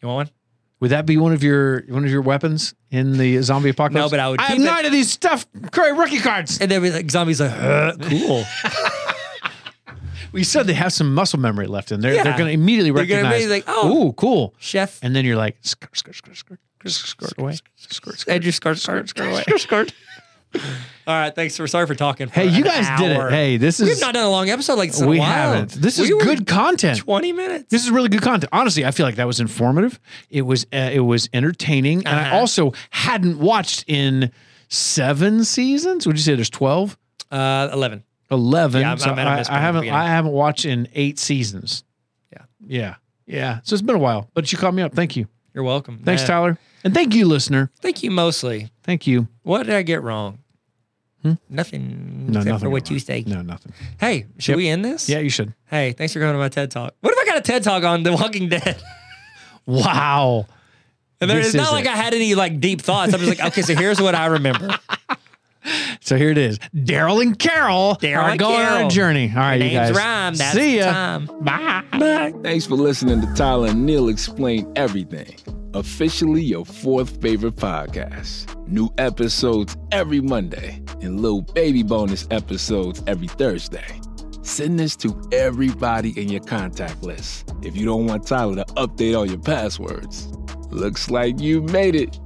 Speaker 1: You want one?
Speaker 2: Would that be one of your one of your weapons in the zombie apocalypse?
Speaker 1: No, but I would
Speaker 2: I have
Speaker 1: keep it-
Speaker 2: nine of these stuffed Curry rookie cards.
Speaker 1: And then we, like zombies like "Huh, cool.
Speaker 2: you said they have some muscle memory left in there.
Speaker 1: Yeah.
Speaker 2: They're going to immediately
Speaker 1: They're gonna
Speaker 2: recognize,
Speaker 1: be like, oh.
Speaker 2: ooh, cool.
Speaker 1: Chef
Speaker 2: And then you're like, skirt, skirt, skirt, skirt, skirt, skirt away. Skirt, skirt,
Speaker 1: Edge your skirt, skirt, skirt away.
Speaker 2: skirt, skirt.
Speaker 1: All right, thanks for sorry for talking. For
Speaker 2: Hey, you
Speaker 1: an
Speaker 2: guys did
Speaker 1: hour.
Speaker 2: it. Hey, this
Speaker 1: we've
Speaker 2: is,
Speaker 1: not done a long episode like this. in a
Speaker 2: we
Speaker 1: while.
Speaker 2: haven't. This is
Speaker 1: We were
Speaker 2: good content.
Speaker 1: Twenty minutes.
Speaker 2: This is really good content. Honestly, I feel like that was informative. It was uh, it was entertaining, and I
Speaker 1: Uh-huh.
Speaker 2: also hadn't watched in seven seasons. Would you say there's 12?
Speaker 1: Uh, Eleven.
Speaker 2: 11.
Speaker 1: Yeah, I'm-
Speaker 2: so
Speaker 1: I'm
Speaker 2: I,
Speaker 1: at a misprint
Speaker 2: I
Speaker 1: at the
Speaker 2: haven't
Speaker 1: beginning.
Speaker 2: I haven't watched in eight seasons.
Speaker 1: Yeah.
Speaker 2: Yeah. Yeah. So it's been a while, but you caught me up. Thank you.
Speaker 1: You're welcome.
Speaker 2: Thanks,
Speaker 1: Uh,
Speaker 2: Tyler. And thank you, listener.
Speaker 1: Thank you mostly.
Speaker 2: Thank you.
Speaker 1: What did I get wrong?
Speaker 2: Hmm?
Speaker 1: Nothing.
Speaker 2: No,
Speaker 1: except
Speaker 2: nothing
Speaker 1: for
Speaker 2: got
Speaker 1: what you
Speaker 2: wrong.
Speaker 1: say.
Speaker 2: No, nothing.
Speaker 1: Hey, should
Speaker 2: Yep.
Speaker 1: we end this?
Speaker 2: Yeah, you should.
Speaker 1: Hey, thanks for coming to my TED Talk. What if I got a TED Talk on The Walking Dead?
Speaker 2: Wow.
Speaker 1: And there,
Speaker 2: This
Speaker 1: it's not
Speaker 2: is
Speaker 1: like
Speaker 2: it.
Speaker 1: I had any like deep thoughts. I'm just like, okay, so here's what I remember.
Speaker 2: So here it is. Daryl and Carol
Speaker 1: Daryl
Speaker 2: are
Speaker 1: and
Speaker 2: going on
Speaker 1: Carol.
Speaker 2: a journey. All right, you
Speaker 1: Names
Speaker 2: guys.
Speaker 1: rhyme. That's
Speaker 2: See
Speaker 1: the
Speaker 2: ya.
Speaker 1: time.
Speaker 2: Bye.
Speaker 1: Bye.
Speaker 4: Thanks for listening to Tyler and Neil Explain Everything. Officially your fourth favorite podcast. New episodes every Monday and little baby bonus episodes every Thursday. Send this to everybody in your contact list if you don't want Tyler to update all your passwords. Looks like you made it.